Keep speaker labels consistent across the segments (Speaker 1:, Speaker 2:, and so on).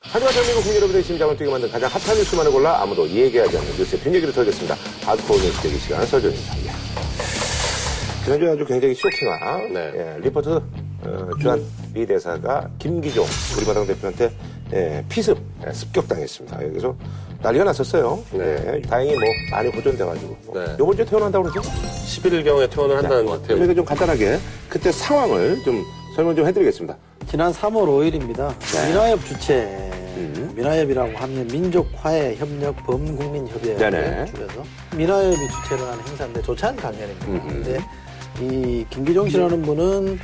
Speaker 1: 하지만 대한민국 국민 여러분의 심장을 뛰게 만든 가장 핫한 뉴스만을 골라 아무도 얘기하지 않는 뉴스의 뒷얘기를 털겠습니다. 하드코어 뉴스 대기 시간 서준입니다. 예. 지난주에 아주 굉장히 쇼킹한
Speaker 2: 네.
Speaker 1: 예, 리포트 어, 주한 미 대사가 김기종 우리마당 대표한테 예, 피습 예, 습격당했습니다. 여기서 난리가 났었어요.
Speaker 2: 네.
Speaker 1: 예, 다행히 뭐 많이 보존돼가지고 뭐
Speaker 2: 네.
Speaker 1: 요번 주에 퇴원한다고 그러죠?
Speaker 2: 11일경에 퇴원을 한다는 것 같아요.
Speaker 1: 그러니까 좀 간단하게 그때 상황을 좀 설명 좀 해드리겠습니다.
Speaker 3: 지난 3월 5일입니다.
Speaker 1: 네.
Speaker 3: 민화협 주최
Speaker 1: 음.
Speaker 3: 민화협이라고 하면 민족화해 협력 범국민
Speaker 1: 네네.
Speaker 3: 협의회 줄여서 민화협이 주최를 하는 행사인데 조찬 강연입니다. 근데 이 김기종
Speaker 1: 음.
Speaker 3: 씨라는 분은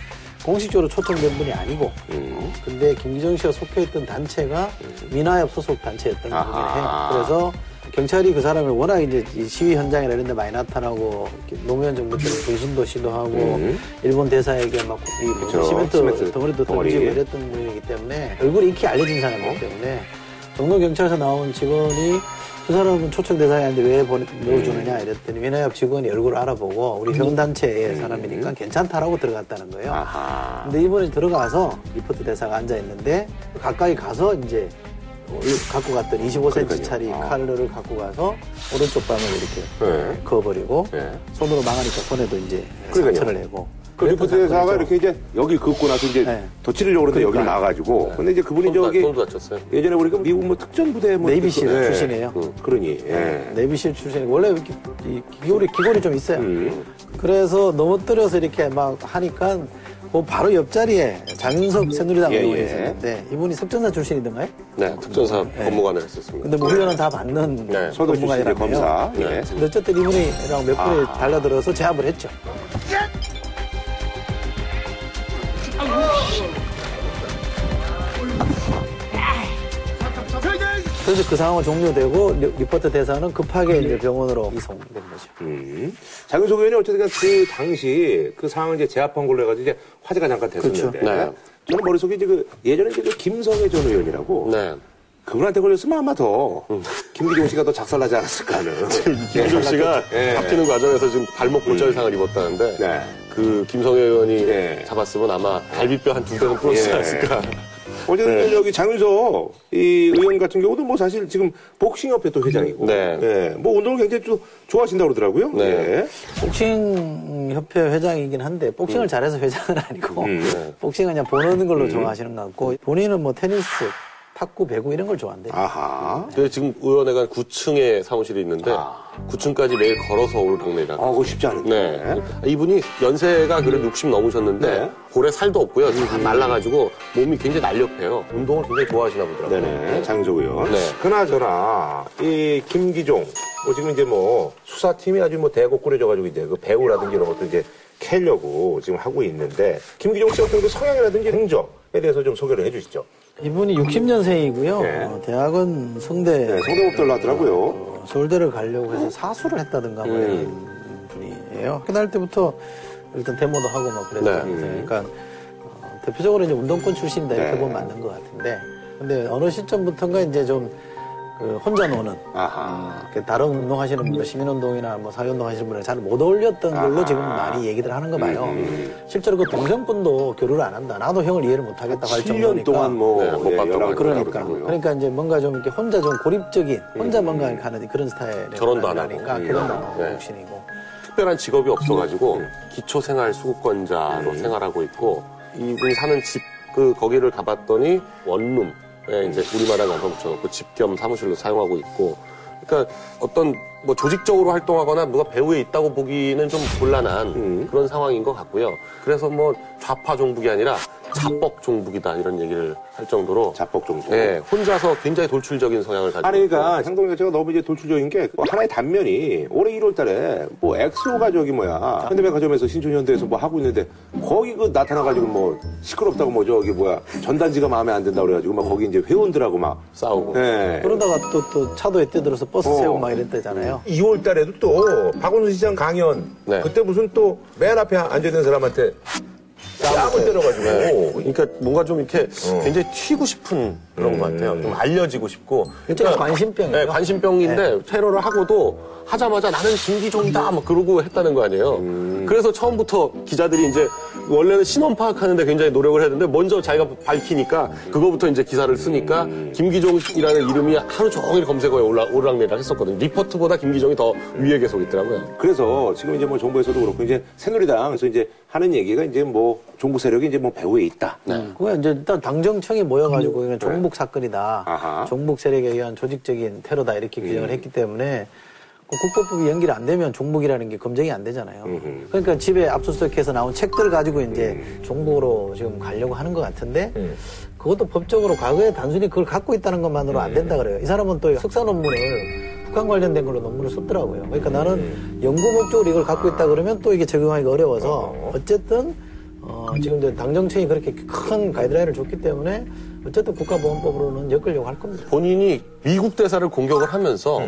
Speaker 3: 공식적으로 초청된 분이 아니고
Speaker 1: 음.
Speaker 3: 근데 김기정 씨가 속해 있던 단체가 민화협 소속 단체였던 거긴 해요.
Speaker 1: 아하.
Speaker 3: 그래서 경찰이 그 사람을 워낙 이제 이 시위 현장이나 이런 데 많이 나타나고 이렇게 노무현 정부 때 불순도 시도하고
Speaker 1: 음.
Speaker 3: 일본 대사에게 막이
Speaker 1: 그쵸.
Speaker 3: 시멘트,
Speaker 1: 시멘트
Speaker 3: 덩어리도
Speaker 1: 덩어리. 어?
Speaker 3: 던지고 이랬던 분이기 때문에 얼굴이 익히 알려진 사람이기 때문에 정동경찰서 나온 직원이 그 사람은 초청 대상이 아닌데 왜 보내, 넣어주느냐
Speaker 1: 음.
Speaker 3: 이랬더니 민화협 직원이 얼굴 알아보고 우리 형단체의 사람이니까 괜찮다라고 들어갔다는 거예요.
Speaker 1: 아하.
Speaker 3: 근데 이번에 들어가서 리포트 대사가 앉아 있는데 가까이 가서 이제 갖고 갔던 25cm
Speaker 1: 그러니까요.
Speaker 3: 짜리
Speaker 1: 아.
Speaker 3: 칼을 갖고 가서 오른쪽 밤을 이렇게
Speaker 1: 네.
Speaker 3: 그어버리고
Speaker 1: 네.
Speaker 3: 손으로 막으니까 손에도 이제
Speaker 1: 그러니까요.
Speaker 3: 상처를 내고
Speaker 1: 그 리포트 대사가 이렇게 이제 여기 긋고 나서 이제
Speaker 3: 네.
Speaker 1: 도치려고 그러는데 여기를
Speaker 3: 그러니까.
Speaker 1: 나가가지고 근데 이제 그분이
Speaker 2: 손도,
Speaker 1: 저기
Speaker 2: 손도 네. 다쳤어요. 네.
Speaker 1: 예전에 보니까 미국 뭐 특전부대 뭐
Speaker 3: 네이비실
Speaker 1: 예.
Speaker 3: 출신이에요.
Speaker 1: 그, 그러니
Speaker 2: 네.
Speaker 1: 예.
Speaker 3: 내비실 출신이 원래 이렇게 이 기골이 기골이 좀 있어요.
Speaker 1: 음.
Speaker 3: 그래서 넘어뜨려서 이렇게 막 하니까 그 바로 옆자리에 장윤석 새누리당
Speaker 1: 예,
Speaker 3: 의원이
Speaker 1: 예.
Speaker 3: 있었는데 이분이 섭전사 출신이던가요?
Speaker 2: 네, 특전사 법무관을 했었습니다.
Speaker 3: 근데 뭐 훈련은 다 받는
Speaker 2: 네.
Speaker 1: 서도
Speaker 3: 전문가이라며.
Speaker 1: 음. 출신 이제 검사
Speaker 2: 네.
Speaker 1: 예.
Speaker 3: 근데 어쨌든 이분이랑 몇 분이
Speaker 1: 아.
Speaker 3: 달라들어서 제압을 했죠. 그래서 그 상황은 종료되고 리- 리포터 대사는 급하게 이제 병원으로 이송된 거죠.
Speaker 1: 음. 장윤석 의원이 어쨌든 그 당시 그 상황 이제 제압한 걸로 해가지고 이제 화제가 잠깐 됐었는데
Speaker 2: 그렇죠. 네.
Speaker 1: 저는 머릿속에 이제 그 예전에 이제 그 김성애 전 의원이라고
Speaker 2: 네. 음.
Speaker 1: 그분한테 걸렸으면 아마 더 김기종 씨가 더 작살나지 않았을까 하는
Speaker 2: 김종 씨가
Speaker 1: 예.
Speaker 2: 잡히는 과정에서 지금 발목 골절 상을 입었다는데
Speaker 1: 네.
Speaker 2: 그 김성애 의원이
Speaker 1: 예.
Speaker 2: 잡았으면 아마 갈비뼈 한 두 대는 부러지지
Speaker 1: 예.
Speaker 2: 않았을까.
Speaker 1: 어쨌든 이제 여기 장윤석 이 의원 같은 경우도 뭐 사실 지금 복싱협회 또 회장이고
Speaker 2: 네.
Speaker 1: 예, 뭐 운동을 굉장히 좀 좋아하신다고 그러더라고요.
Speaker 2: 네.
Speaker 1: 예.
Speaker 3: 복싱 협회 회장이긴 한데
Speaker 1: 음.
Speaker 3: 복싱을 잘해서 회장은 아니고
Speaker 1: 네.
Speaker 3: 복싱은 그냥 보는 걸로 좋아하시는 것 같고 본인은 뭐 테니스, 탁구, 배구 이런 걸 좋아한대요.
Speaker 1: 아하.
Speaker 2: 근데 지금 의원회관 9층에 사무실이 있는데
Speaker 1: 아.
Speaker 2: 9층까지 매일 걸어서 올 동네라.
Speaker 1: 아, 그거 쉽지 않은데.
Speaker 2: 네. 이분이 연세가 그래도 60 넘으셨는데
Speaker 1: 네.
Speaker 2: 볼에 살도 없고요. 다 말라가지고 몸이 굉장히 날렵해요. 운동을 굉장히 좋아하시나 보더라고요.
Speaker 1: 네네. 장윤석 의원.
Speaker 2: 네.
Speaker 1: 그나저나 이 김기종 뭐 지금 이제 뭐 수사팀이 아주 뭐 대거 꾸려져가지고 이제 그 배우라든지 이런 것도 이제 캐려고 지금 하고 있는데 김기종 씨 같은 그 성향이라든지 행적에 대해서 좀 소개를 해주시죠.
Speaker 3: 이분이 60년생이고요. 어,
Speaker 1: 네.
Speaker 3: 대학은 성대
Speaker 1: 네, 성대법도 나왔더라고요.
Speaker 3: 어, 서울대를 가려고 해서 사수를 했다든가 뭐
Speaker 1: 음.
Speaker 3: 이런 분이에요. 끝날 때부터 일단 데모도 하고 막 그랬죠.
Speaker 2: 네.
Speaker 3: 그러니까 어, 대표적으로 이제 운동권 출신이다 이렇게
Speaker 1: 네.
Speaker 3: 보면 맞는 것 같은데, 근데 어느 시점부터인가 이제 좀 그 혼자 노는
Speaker 1: 아하.
Speaker 3: 그 다른 운동하시는
Speaker 1: 음.
Speaker 3: 분들, 시민운동이나 뭐 사회운동 하시는 분들 잘 못 어울렸던 걸로 지금 많이 얘기들 하는 거
Speaker 1: 음,
Speaker 3: 봐요. 실제로 그 동생분도 교류를 안 한다. 나도 형을 이해를 못 하겠다고 할
Speaker 1: 7년
Speaker 3: 정도니까.
Speaker 1: 동안 뭐
Speaker 2: 네, 못 봤다고
Speaker 1: 연락을
Speaker 2: 그러니까.
Speaker 3: 그러니까
Speaker 1: 하더라고요.
Speaker 3: 그러니까 이제 뭔가 좀 이렇게 혼자 좀 고립적인 혼자 뭔가 가는 그런 스타일
Speaker 2: 결혼도 안 하고.
Speaker 3: 그러니까 결혼도 안 하고
Speaker 2: 네.
Speaker 3: 욕심이고
Speaker 2: 특별한 직업이 없어가지고
Speaker 1: 음.
Speaker 2: 기초생활 수급권자로 생활하고 있고 이분이 사는 집 그 거기를 가봤더니 원룸에 이제 우리마당 가서 붙여놓고 집 겸 사무실로 사용하고 있고 그러니까 어떤 뭐 조직적으로 활동하거나 누가 배우에 있다고 보기는 좀 곤란한
Speaker 1: 음.
Speaker 2: 그런 상황인 것 같고요. 그래서 뭐 좌파 종북이 아니라 자뻑 종북이다 이런 얘기를 할 정도로
Speaker 1: 자뻑 정도.
Speaker 2: 예, 혼자서 굉장히 돌출적인 성향을 가지고
Speaker 1: 아니, 그러니까, 상동 자체가 너무 이제 돌출적인 게, 뭐 하나의 단면이, 올해 1월 달에, 뭐, 엑소가 저기 뭐야, 현대백화점에서 신촌현대에서 뭐 하고 있는데, 거기 그 나타나가지고 뭐, 시끄럽다고 뭐 저기 뭐야, 전단지가 마음에 안 든다 그래가지고, 막 거기 이제 회원들하고 막,
Speaker 2: 있고 싸우고
Speaker 1: 예.
Speaker 3: 그러다가 또 또 차도에 뛰어들어서 버스
Speaker 1: 어. 음.
Speaker 3: 세우고 막 이랬다잖아요.
Speaker 1: 2월 달에도 또, 박원순 시장 강연,
Speaker 2: 네.
Speaker 1: 그때 무슨 또, 맨 앞에 앉아있는 사람한테,
Speaker 4: 뺨을 때려가지고.
Speaker 1: 그러니까 뭔가 좀 이렇게 굉장히 튀고 싶은 그런 것 같아요. 좀 알려지고 싶고.
Speaker 3: 일종의 관심병이에요.
Speaker 1: 네,
Speaker 2: 그러니까 관심병인데 테러를 하고도 하자마자 나는 김기종이다 막 그러고 했다는 거 아니에요. 그래서 처음부터 기자들이 이제 원래는 신원 파악하는데 굉장히 노력을 했는데 먼저 자기가 밝히니까 그거부터 이제 기사를 쓰니까 김기종이라는 이름이 하루 종일 검색어에 올라 오르락내리락 했었거든요. 리포트보다 김기종이 더 위에 계속 있더라고요.
Speaker 4: 그래서 지금 이제 뭐 정부에서도 그렇고 이제 새누리당에서 이제 하는 얘기가 이제 뭐 종부 세력이 이제 뭐 배후에 있다.
Speaker 3: 그거 이제 일단 당정청이 모여가지고 이건 종북 사건이다.
Speaker 4: 아하.
Speaker 3: 종북 세력에 의한 조직적인 테러다 이렇게 규정을 했기 때문에 그 국법법이 연기를 안 되면 종북이라는 게 검증이 안 되잖아요. 그러니까 집에 압수수색해서 나온 책들 가지고 이제 종북으로 지금 가려고 하는 것 같은데 그것도 법적으로 과거에 단순히 그걸 갖고 있다는 것만으로 안 된다 그래요. 이 사람은 또 석사 논문을 북한 관련된 걸로 논문을 썼더라고요. 그러니까 나는 연구 목적으로 이걸 갖고 있다 그러면 또 이게 적용하기가 어려워서 어쨌든 어, 지금 이제 당정청이 그렇게 큰 가이드라인을 줬기 때문에 어쨌든 국가보안법으로는 엮으려고 할 겁니다.
Speaker 2: 본인이 미국 대사를 공격을 하면서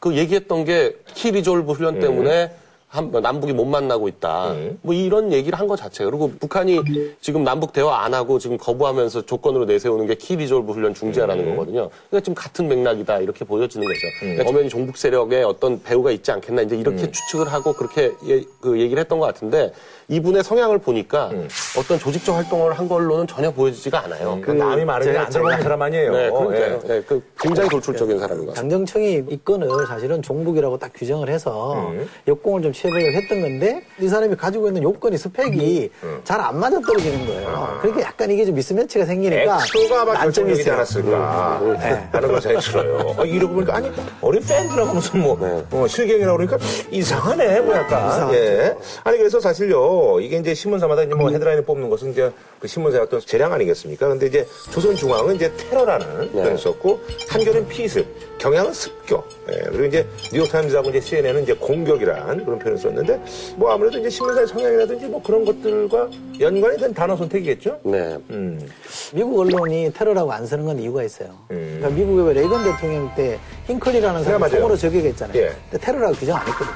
Speaker 2: 그 얘기했던 게 키리졸브 훈련 때문에 한- 남북이 못 만나고 있다. 뭐 이런 얘기를 한 것 자체가. 그리고 북한이 지금 남북 대화 안 하고 지금 거부하면서 조건으로 내세우는 게 키리졸브 훈련 중지하라는 거거든요. 그러니까 지금 같은 맥락이다. 이렇게 보여지는 거죠. 그러니까 엄연히 종북 세력에 어떤 배우가 있지 않겠나. 이제 이렇게 추측을 하고 그렇게 예- 그 얘기를 했던 것 같은데 이분의 성향을 보니까 어떤 조직적 활동을 한 걸로는 전혀 보여지지가 않아요. 그러니까
Speaker 1: 그
Speaker 4: 그러니까
Speaker 1: 남이 말을
Speaker 3: 제가
Speaker 1: 그냥 안 들어보는 사람 아니에요.
Speaker 2: 네,
Speaker 1: 예.
Speaker 2: 그러니까요. 네, 그 굉장히 돌출적인 사람인 것 같아요.
Speaker 3: 당정청이 이 건을 사실은 종북이라고 딱 규정을 해서
Speaker 1: 음.
Speaker 3: 역공을 좀 채택을 했던 건데 이 사람이 가지고 있는 요건이 스펙이
Speaker 1: 음.
Speaker 3: 잘 안 맞아떨어지는 거예요. 그러니까 약간 이게 좀 미스매치가 생기니까
Speaker 1: 엑소가 막
Speaker 3: 난점이
Speaker 1: 결정적이지
Speaker 3: 있어요.
Speaker 1: 않았을까 하는 걸 생각 네. 들어요. 아, 이러고 보니까 아니 어린 팬이라고 하면서 뭐 어, 실갱이라고 그러니까 이상하네 뭐 약간 예. 아니 그래서 사실요 이게 이제 신문사마다 이제 뭐 헤드라인을 뽑는 것은 이제 그 신문사의 어떤 재량 아니겠습니까? 근데 이제 조선중앙은 이제 테러라는 표현을 썼고 한겨레는 피습, 경향은 습격 예. 그리고 이제 뉴욕타임즈하고 이제 CNN은 이제 공격이란 그런 표현을 썼는데 뭐 아무래도 이제 신문사의 성향이라든지 뭐 그런 것들과 연관이 된 단어 선택이겠죠?
Speaker 2: 네.
Speaker 1: 음.
Speaker 3: 미국 언론이 테러라고 안 쓰는 건 이유가 있어요. 그러니까 미국의 왜 레이건 대통령 때 링컨이라는 사람
Speaker 1: 음. 네, 맞아요.
Speaker 3: 통으로 저격했잖아요.
Speaker 1: 예. 음.
Speaker 3: 근데 테러라고 규정 안 했거든요.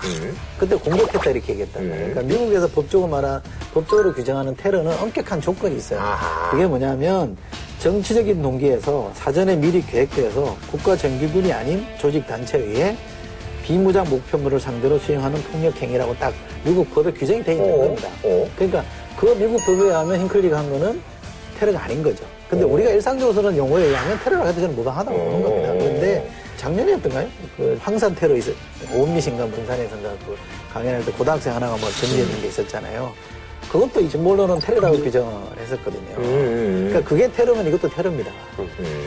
Speaker 3: 그때 공격했다 이렇게 얘기했단 말이에요. 그러니까 미국에서 법적으로 말한 법적으로 규정하는 테러는 엄격한 조건이 있어요.
Speaker 1: 아하.
Speaker 3: 그게 뭐냐면 정치적인 동기에서 사전에 미리 계획돼서 국가 정규군이 아닌 조직 단체에 의해 비무장 목표물을 상대로 수행하는 폭력 행위라고 딱 미국 법에 규정이 돼 있는
Speaker 1: 어,
Speaker 3: 겁니다.
Speaker 1: 어.
Speaker 3: 그러니까 그 미국 법에 의하면 힌클리가 한 거는 테러가 아닌 거죠. 근데 우리가 일상적으로는 용어에 의하면 테러라고 해도 저는 무방하다고 보는 겁니다. 그런데 작년이었던가요? 그 황산 테러 있어 오미신가 문산에선가 그 강연할 때 고등학생 하나가 뭐 전지했는 게 있었잖아요. 그것도 이제 몰로는 테러라고 규정을 했었거든요. 그러니까 그게 테러면 이것도 테러입니다.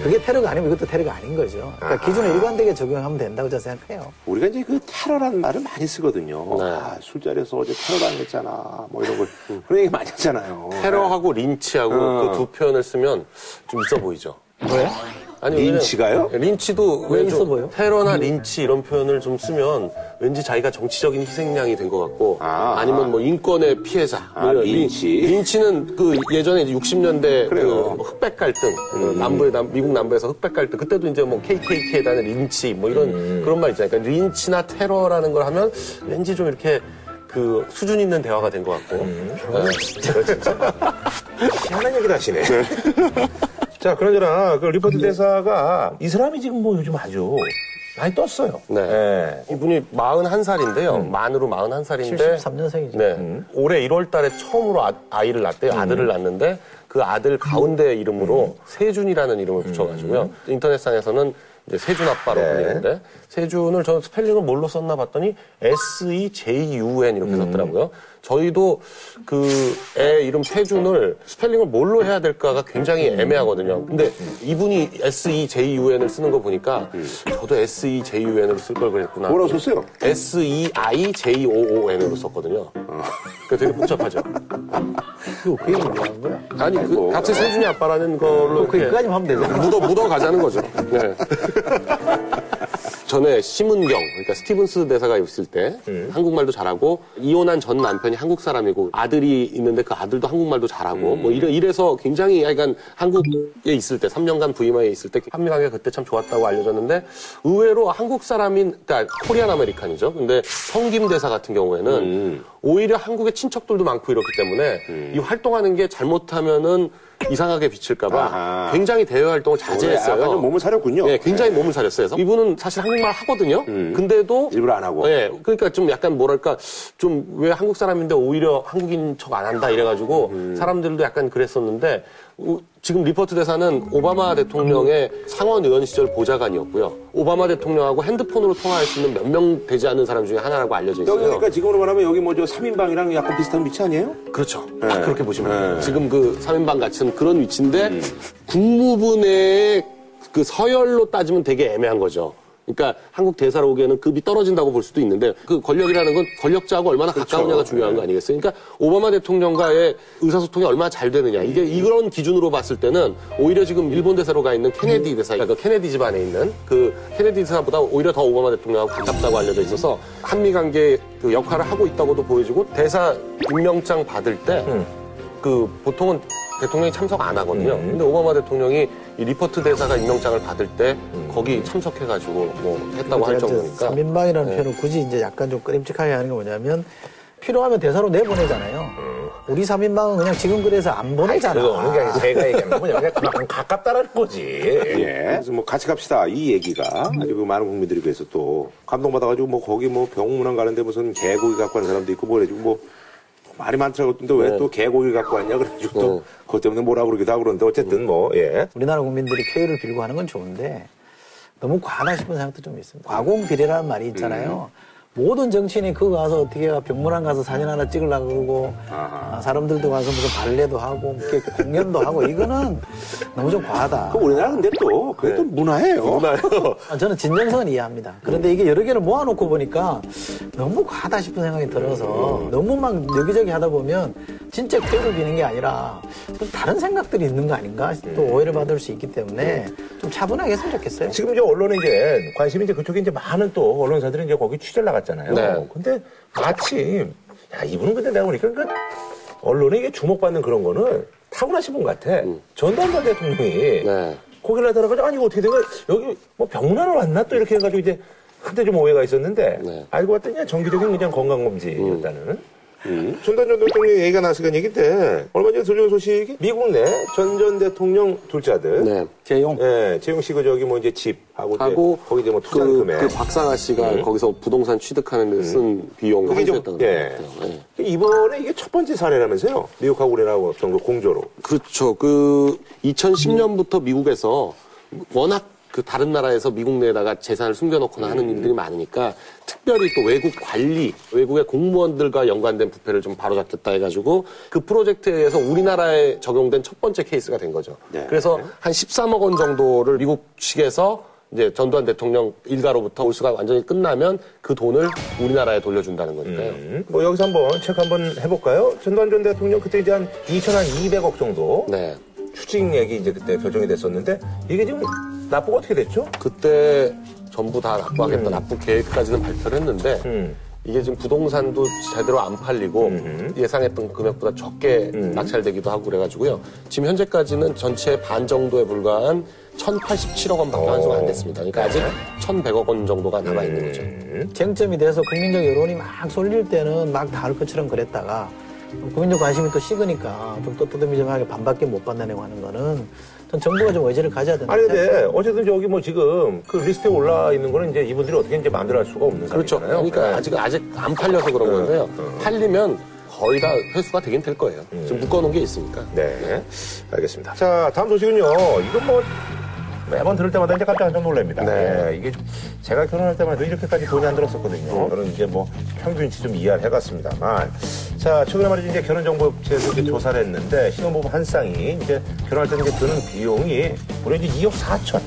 Speaker 3: 그게 테러가 아니면 이것도 테러가 아닌 거죠. 그러니까 기준을 일관되게 적용하면 된다고 저는 생각해요.
Speaker 4: 우리가 이제 그 테러란 말을 많이 쓰거든요.
Speaker 2: 네.
Speaker 4: 아, 술자리에서 어제 테러 당했잖아. 뭐 이런 걸
Speaker 1: 음.
Speaker 4: 그런 얘기 많이 하잖아요. 네.
Speaker 2: 테러하고 린치하고
Speaker 4: 어.
Speaker 2: 그 두 표현을 쓰면 좀 있어 보이죠.
Speaker 3: 뭐예요?
Speaker 2: 아니, 왜냐면
Speaker 4: 린치가요?
Speaker 2: 린치도 왜
Speaker 3: 있어
Speaker 2: 좀
Speaker 3: 보여요?
Speaker 2: 테러나 린치 이런 표현을 좀 쓰면 왠지 자기가 정치적인 희생양이 된 것 같고
Speaker 4: 아.
Speaker 2: 아, 니면뭐 인권의 피해자
Speaker 4: 아,
Speaker 2: 뭐 이런
Speaker 4: 린치.
Speaker 2: 린- 린치는 그 예전에 이제 60년대
Speaker 4: 그래요. 음.
Speaker 2: 그 흑백 갈등 그 남부에 남- 미국 남부에서 흑백 갈등 그때도 이제 뭐 KKK에 대한 린치 뭐 이런
Speaker 4: 음.
Speaker 2: 그런 말 있잖아요. 그러니까 린치나 테러라는 걸 하면 왠지 좀 이렇게 그 수준 있는 대화가 된 것 같고
Speaker 4: 음.
Speaker 2: 네.
Speaker 1: 희한한 얘기를 하시네. 자, 그러저나, 그 리포트
Speaker 4: 네.
Speaker 1: 대사가 이 사람이 지금 뭐 요즘 아주 많이 떴어요.
Speaker 2: 네.
Speaker 1: 예.
Speaker 2: 이분이 41살인데요. 만으로 41살인데.
Speaker 3: 음. 73년생이죠.
Speaker 2: 네. 올해 1월 달에 처음으로 아, 이를 낳았대요. 아들을 낳았는데 그 아들 가운데 이름으로
Speaker 4: 음.
Speaker 2: 세준이라는 이름을 붙여가지고요. 인터넷상에서는 이제 세준 아빠로
Speaker 4: 네.
Speaker 2: 불리는데 세준을 저는 스펠링을 뭘로 썼나 봤더니 E S-E-J-U-N 이렇게
Speaker 4: 음.
Speaker 2: 썼더라고요. 저희도 그 애 이름 세준을 스펠링을 뭘로 해야 될까가 굉장히
Speaker 4: 음.
Speaker 2: 애매하거든요. 근데 이분이 E S-E-J-U-N을 쓰는 거 보니까 저도 E S-E-J-U-N으로 쓸 걸 그랬구나. E
Speaker 4: 음. 뭐라고 썼어요?
Speaker 2: S-E-I-J-O-O-N으로 썼거든요. 그러니까 되게 복잡하죠.
Speaker 3: 그리고 그게 중요한 거야.
Speaker 2: 아니, 그, 같이 세준이 아빠라는 걸로.
Speaker 3: 그
Speaker 2: 이렇게
Speaker 3: 여기까지 하면 되죠.
Speaker 2: 묻어, 묻어 가자는 거죠. 네. 전에 심은경, 그러니까 스티븐스 대사가 있을 때
Speaker 4: 음.
Speaker 2: 한국말도 잘하고 이혼한 전 남편이 한국 사람이고 아들이 있는데 그 아들도 한국말도 잘하고
Speaker 4: 음.
Speaker 2: 뭐 이래, 이래서 굉장히 약간 한국에 있을 때 3년간 부임하에 있을 때 한미관계가 그때 참 좋았다고 알려졌는데
Speaker 4: 음.
Speaker 2: 의외로 한국 사람인, 그러니까 코리안 아메리칸이죠. 근데 성김 대사 같은 경우에는 오히려 한국의 친척들도 많고 이렇기 때문에 이 활동하는 게 잘못하면은 이상하게 비칠까봐
Speaker 4: 아하.
Speaker 2: 굉장히 대외 활동을
Speaker 1: 네.
Speaker 2: 자제했어요.
Speaker 4: 약간 아, 좀 몸을 사렸군요. 음.
Speaker 2: 예, 굉장히 몸을 사렸어요. 그래서 이분은 사실 한국말 하거든요. 근데도
Speaker 4: 일부러 안 하고.
Speaker 2: 예, 그러니까 좀 약간 뭐랄까 좀 왜 한국 사람인데 오히려 한국인 척 안 한다 이래가지고
Speaker 4: 음.
Speaker 2: 사람들도 약간 그랬었는데 우- 지금 리포트 대사는 오바마 대통령의 상원 의원 시절 보좌관이었고요. 오바마 대통령하고 핸드폰으로 통화할 수 있는 몇 명 되지 않는 사람 중에 하나라고 알려져 있어요.
Speaker 4: 여기 그러니까 지금으로 말하면 여기 뭐저 3인방이랑 약간 비슷한 위치 아니에요?
Speaker 2: 그렇죠.
Speaker 4: 예.
Speaker 2: 딱 그렇게 보시면 돼요.
Speaker 4: 예.
Speaker 2: 지금 그 3인방 같은 그런 위치인데 국무부 내에 그 서열로 따지면 되게 애매한 거죠. 그러니까 한국 대사로 오기에는 급이 떨어진다고 볼 수도 있는데 그 권력이라는 건 권력자하고 얼마나 가까우냐가 중요한 거 아니겠어요? 그러니까 오바마 대통령과의 의사소통이 얼마나 잘 되느냐
Speaker 3: 음.
Speaker 2: 이게 이런 기준으로 봤을 때는 오히려 지금 일본 대사로 가 있는
Speaker 3: 음.
Speaker 2: 케네디 대사, 그러니까 그 케네디 집안에 있는 그 케네디 대사보다 오히려 더 오바마 대통령하고 가깝다고 알려져 있어서 한미 관계 그 역할을 하고 있다고도 보여지고 대사 임명장 받을 때.
Speaker 3: 음.
Speaker 2: 그 보통은 대통령이 참석 안 하거든요.
Speaker 3: 음.
Speaker 2: 근데 오바마 대통령이 이 리포트 대사가 임명장을 받을 때
Speaker 3: 음.
Speaker 2: 거기 참석해가지고 뭐 했다고 할 정도니까.
Speaker 3: 3인방이라는 표현을 굳이 이제 약간 좀 끄림칙하게 하는 게 뭐냐면 필요하면 대사로 내보내잖아요. 우리 3인방은 그냥 지금 그래서 안 보내잖아.
Speaker 1: 그거 어느 게 아니라 제가 얘기하는 거면 그냥 그만큼 가깝다라는 거지.
Speaker 4: 예. 그래서 뭐 같이 갑시다 이 얘기가 아주 그 많은 국민들이 그래서 또 감동받아가지고 뭐 거기 뭐 병문안 가는데 무슨 개고기 갖고 가는 사람도 있고 뭐래가지고 뭐 말이 많더라고 근데 왜 또 개고기 갖고 왔냐 그래가지고 또 그것 때문에 뭐라 그러기도 하고 그러는데 어쨌든 뭐 예.
Speaker 3: 우리나라 국민들이 쾌유를 빌고 하는 건 좋은데 너무 과하다 싶은 생각도 좀 있습니다. 과공 비례라는 말이 있잖아요. 모든 정치인이 그거 가서 어떻게 병문안 가서 사진 하나 찍으려고 그러고 아, 사람들도 가서 무슨 발레도 하고 뭐 이렇게 공연도 하고 이거는 너무 좀 과하다.
Speaker 4: 그 우리나라 근데 또 그게 또 네. 문화예요.
Speaker 3: 아, 저는 진정성은 이해합니다. 그런데 이게 여러 개를 모아놓고 보니까 너무 과하다 싶은 생각이 들어서 너무 막 여기저기 하다 보면 진짜 쾌를 비는 게 아니라 좀 다른 생각들이 있는 거 아닌가
Speaker 1: 네.
Speaker 3: 또 오해를 받을 수 있기 때문에 좀 차분하게 했으면 좋겠어요.
Speaker 1: 지금 이제 언론에 이제 관심이 이제 그쪽에 이제 많은 또 언론사들이 이제 거기 취재를 나갔잖아요.
Speaker 2: 네.
Speaker 1: 근데 마침, 야, 이분은 근데 내가 보니까 그 언론에 이게 주목받는 그런 거는 타고나신 분 같아. 전두환 대통령이
Speaker 2: 음. 네.
Speaker 1: 거기를 나타나가지고 아니, 이거 어떻게 된 거야? 여기 뭐 병문안을 왔나? 또 이렇게 해가지고 이제 한때 좀 오해가 있었는데
Speaker 2: 네. 음.
Speaker 1: 알고 봤더니 그냥 정기적인 그냥 건강검진이었다는. 음.
Speaker 4: 전단 전 대통령 얘기가 나왔으니까 얘기인데 얼마 전에 들려온 소식이 미국 내 전 전 대통령 둘째 아들
Speaker 2: 네.
Speaker 3: 재용.
Speaker 4: 예, 재용
Speaker 1: 그
Speaker 4: 씨가 저기 뭐 이제 집하고 이제
Speaker 2: 하고
Speaker 4: 거기 이제 뭐 투자
Speaker 2: 그,
Speaker 4: 금액
Speaker 2: 그 박상아 씨가 거기서 부동산 취득하는 데 쓴 비용을
Speaker 4: 음. 그게 좀,
Speaker 2: 회수했다고
Speaker 4: 예.
Speaker 2: 그러더라고요. 예.
Speaker 4: 이번에 이게 첫 번째 사례라면서요 미국하고 우리나라하고 어떤 그 공조로
Speaker 2: 그렇죠. 그 2010년부터 미국에서 워낙 그 다른 나라에서 미국 내에다가 재산을 숨겨놓거나 하는 일들이 많으니까 특별히 또 외국 관리, 외국의 공무원들과 연관된 부패를 좀 바로잡겠다 해가지고 그 프로젝트에 의해서 우리나라에 적용된 첫 번째 케이스가 된 거죠.
Speaker 4: 네.
Speaker 2: 그래서 한 13억 원 정도를 미국 측에서 이제 전두환 대통령 일가로부터 올수가 완전히 끝나면 그 돈을 우리나라에 돌려준다는 거니까요.
Speaker 1: 음, 뭐 여기서 한번 체크 한번 해볼까요? 전두환 전 대통령 그때 이제 한 2천 한 200억 정도
Speaker 2: 네.
Speaker 1: 추징액이 이제 그때 결정이 됐었는데 이게 지금 납부가 어떻게 됐죠?
Speaker 2: 그때 전부 다 납부하겠다 납부 계획까지는 발표를 했는데
Speaker 1: 음.
Speaker 2: 이게 지금 부동산도 제대로 안 팔리고 예상했던 금액보다 적게
Speaker 1: 음.
Speaker 2: 낙찰되기도 하고 그래가지고요 지금 현재까지는 전체 반 정도에 불과한 1,087억 원밖에
Speaker 1: 어.
Speaker 2: 환수가 안 됐습니다. 그러니까 아직
Speaker 1: 네.
Speaker 2: 1,100억 원 정도가 남아
Speaker 1: 음.
Speaker 2: 있는 거죠.
Speaker 3: 네. 쟁점이 돼서 국민적 여론이 막 쏠릴 때는 막 다를 것처럼 그랬다가 국민적 관심이 또 식으니까 좀 떳떳미점하게 반밖에 못 받아내고 하는 거는 전 정부가 좀 의지를 가져야 된다.
Speaker 1: 아니 근데
Speaker 2: 네.
Speaker 1: 어쨌든 저기 뭐 지금 그 리스트에 올라 있는 거는 이제 이분들이 어떻게 이제 마음대로 할 수가 없는
Speaker 2: 그렇죠.
Speaker 1: 사람이잖아요.
Speaker 2: 그러니까
Speaker 1: 네. 어.
Speaker 2: 아직 아직 안 팔려서 그런 건데요. 팔리면 거의 다 회수가 되긴 될 거예요.
Speaker 1: 음.
Speaker 2: 지금 묶어놓은 게 있으니까.
Speaker 1: 네, 알겠습니다. 자, 다음 소식은요. 이건 뭐 매번 들을 때마다 이제 깜짝 깜짝 놀랍니다. 네, 이게 좀 제가 결혼할 때만 해도 이렇게까지 돈이 안 들었었거든요. 저는 이제 뭐 평균치 좀 이해를 해갔습니다만, 자 최근에 말이죠 이제 결혼 정보업체에서 이제 조사를 했는데 신혼부부 한 쌍이 이제 결혼할 때는 이제 드는 비용이 무려 이제 2억 4천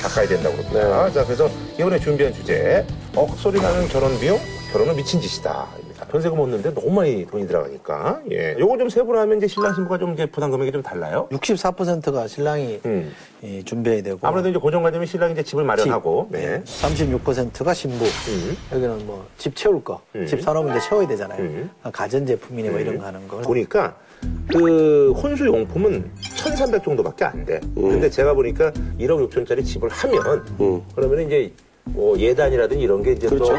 Speaker 1: 가까이 된다고 그럽니다. 자 그래서 이번에 준비한 주제 억소리 나는 결혼 비용 결혼은 미친 짓이다. 아, 변세금 없는데 너무 많이 돈이 들어가니까. 예. 요거 좀 세분하면 이제 신랑 신부가 좀 이제 부담 금액이 좀 달라요.
Speaker 3: 64%가 신랑이
Speaker 1: 음.
Speaker 3: 이 준비해야 되고
Speaker 1: 아무래도 이제 고정관념이 신랑이 이제 집을 마련하고. 네.
Speaker 3: 36%가 예. 신부.
Speaker 1: 음.
Speaker 3: 여기는 뭐 집 채울 거,
Speaker 4: 음.
Speaker 3: 집 사놓으면 이제 채워야 되잖아요.
Speaker 1: 음.
Speaker 3: 가전 제품이니 뭐 이런 거 하는 거.
Speaker 1: 네. 보니까 그 혼수 용품은 1,300 정도밖에 안 돼. 근데 제가 보니까 1억 6천짜리 집을 하면 그러면 이제 뭐 예단이라든지 이런 게 이제
Speaker 2: 그렇죠.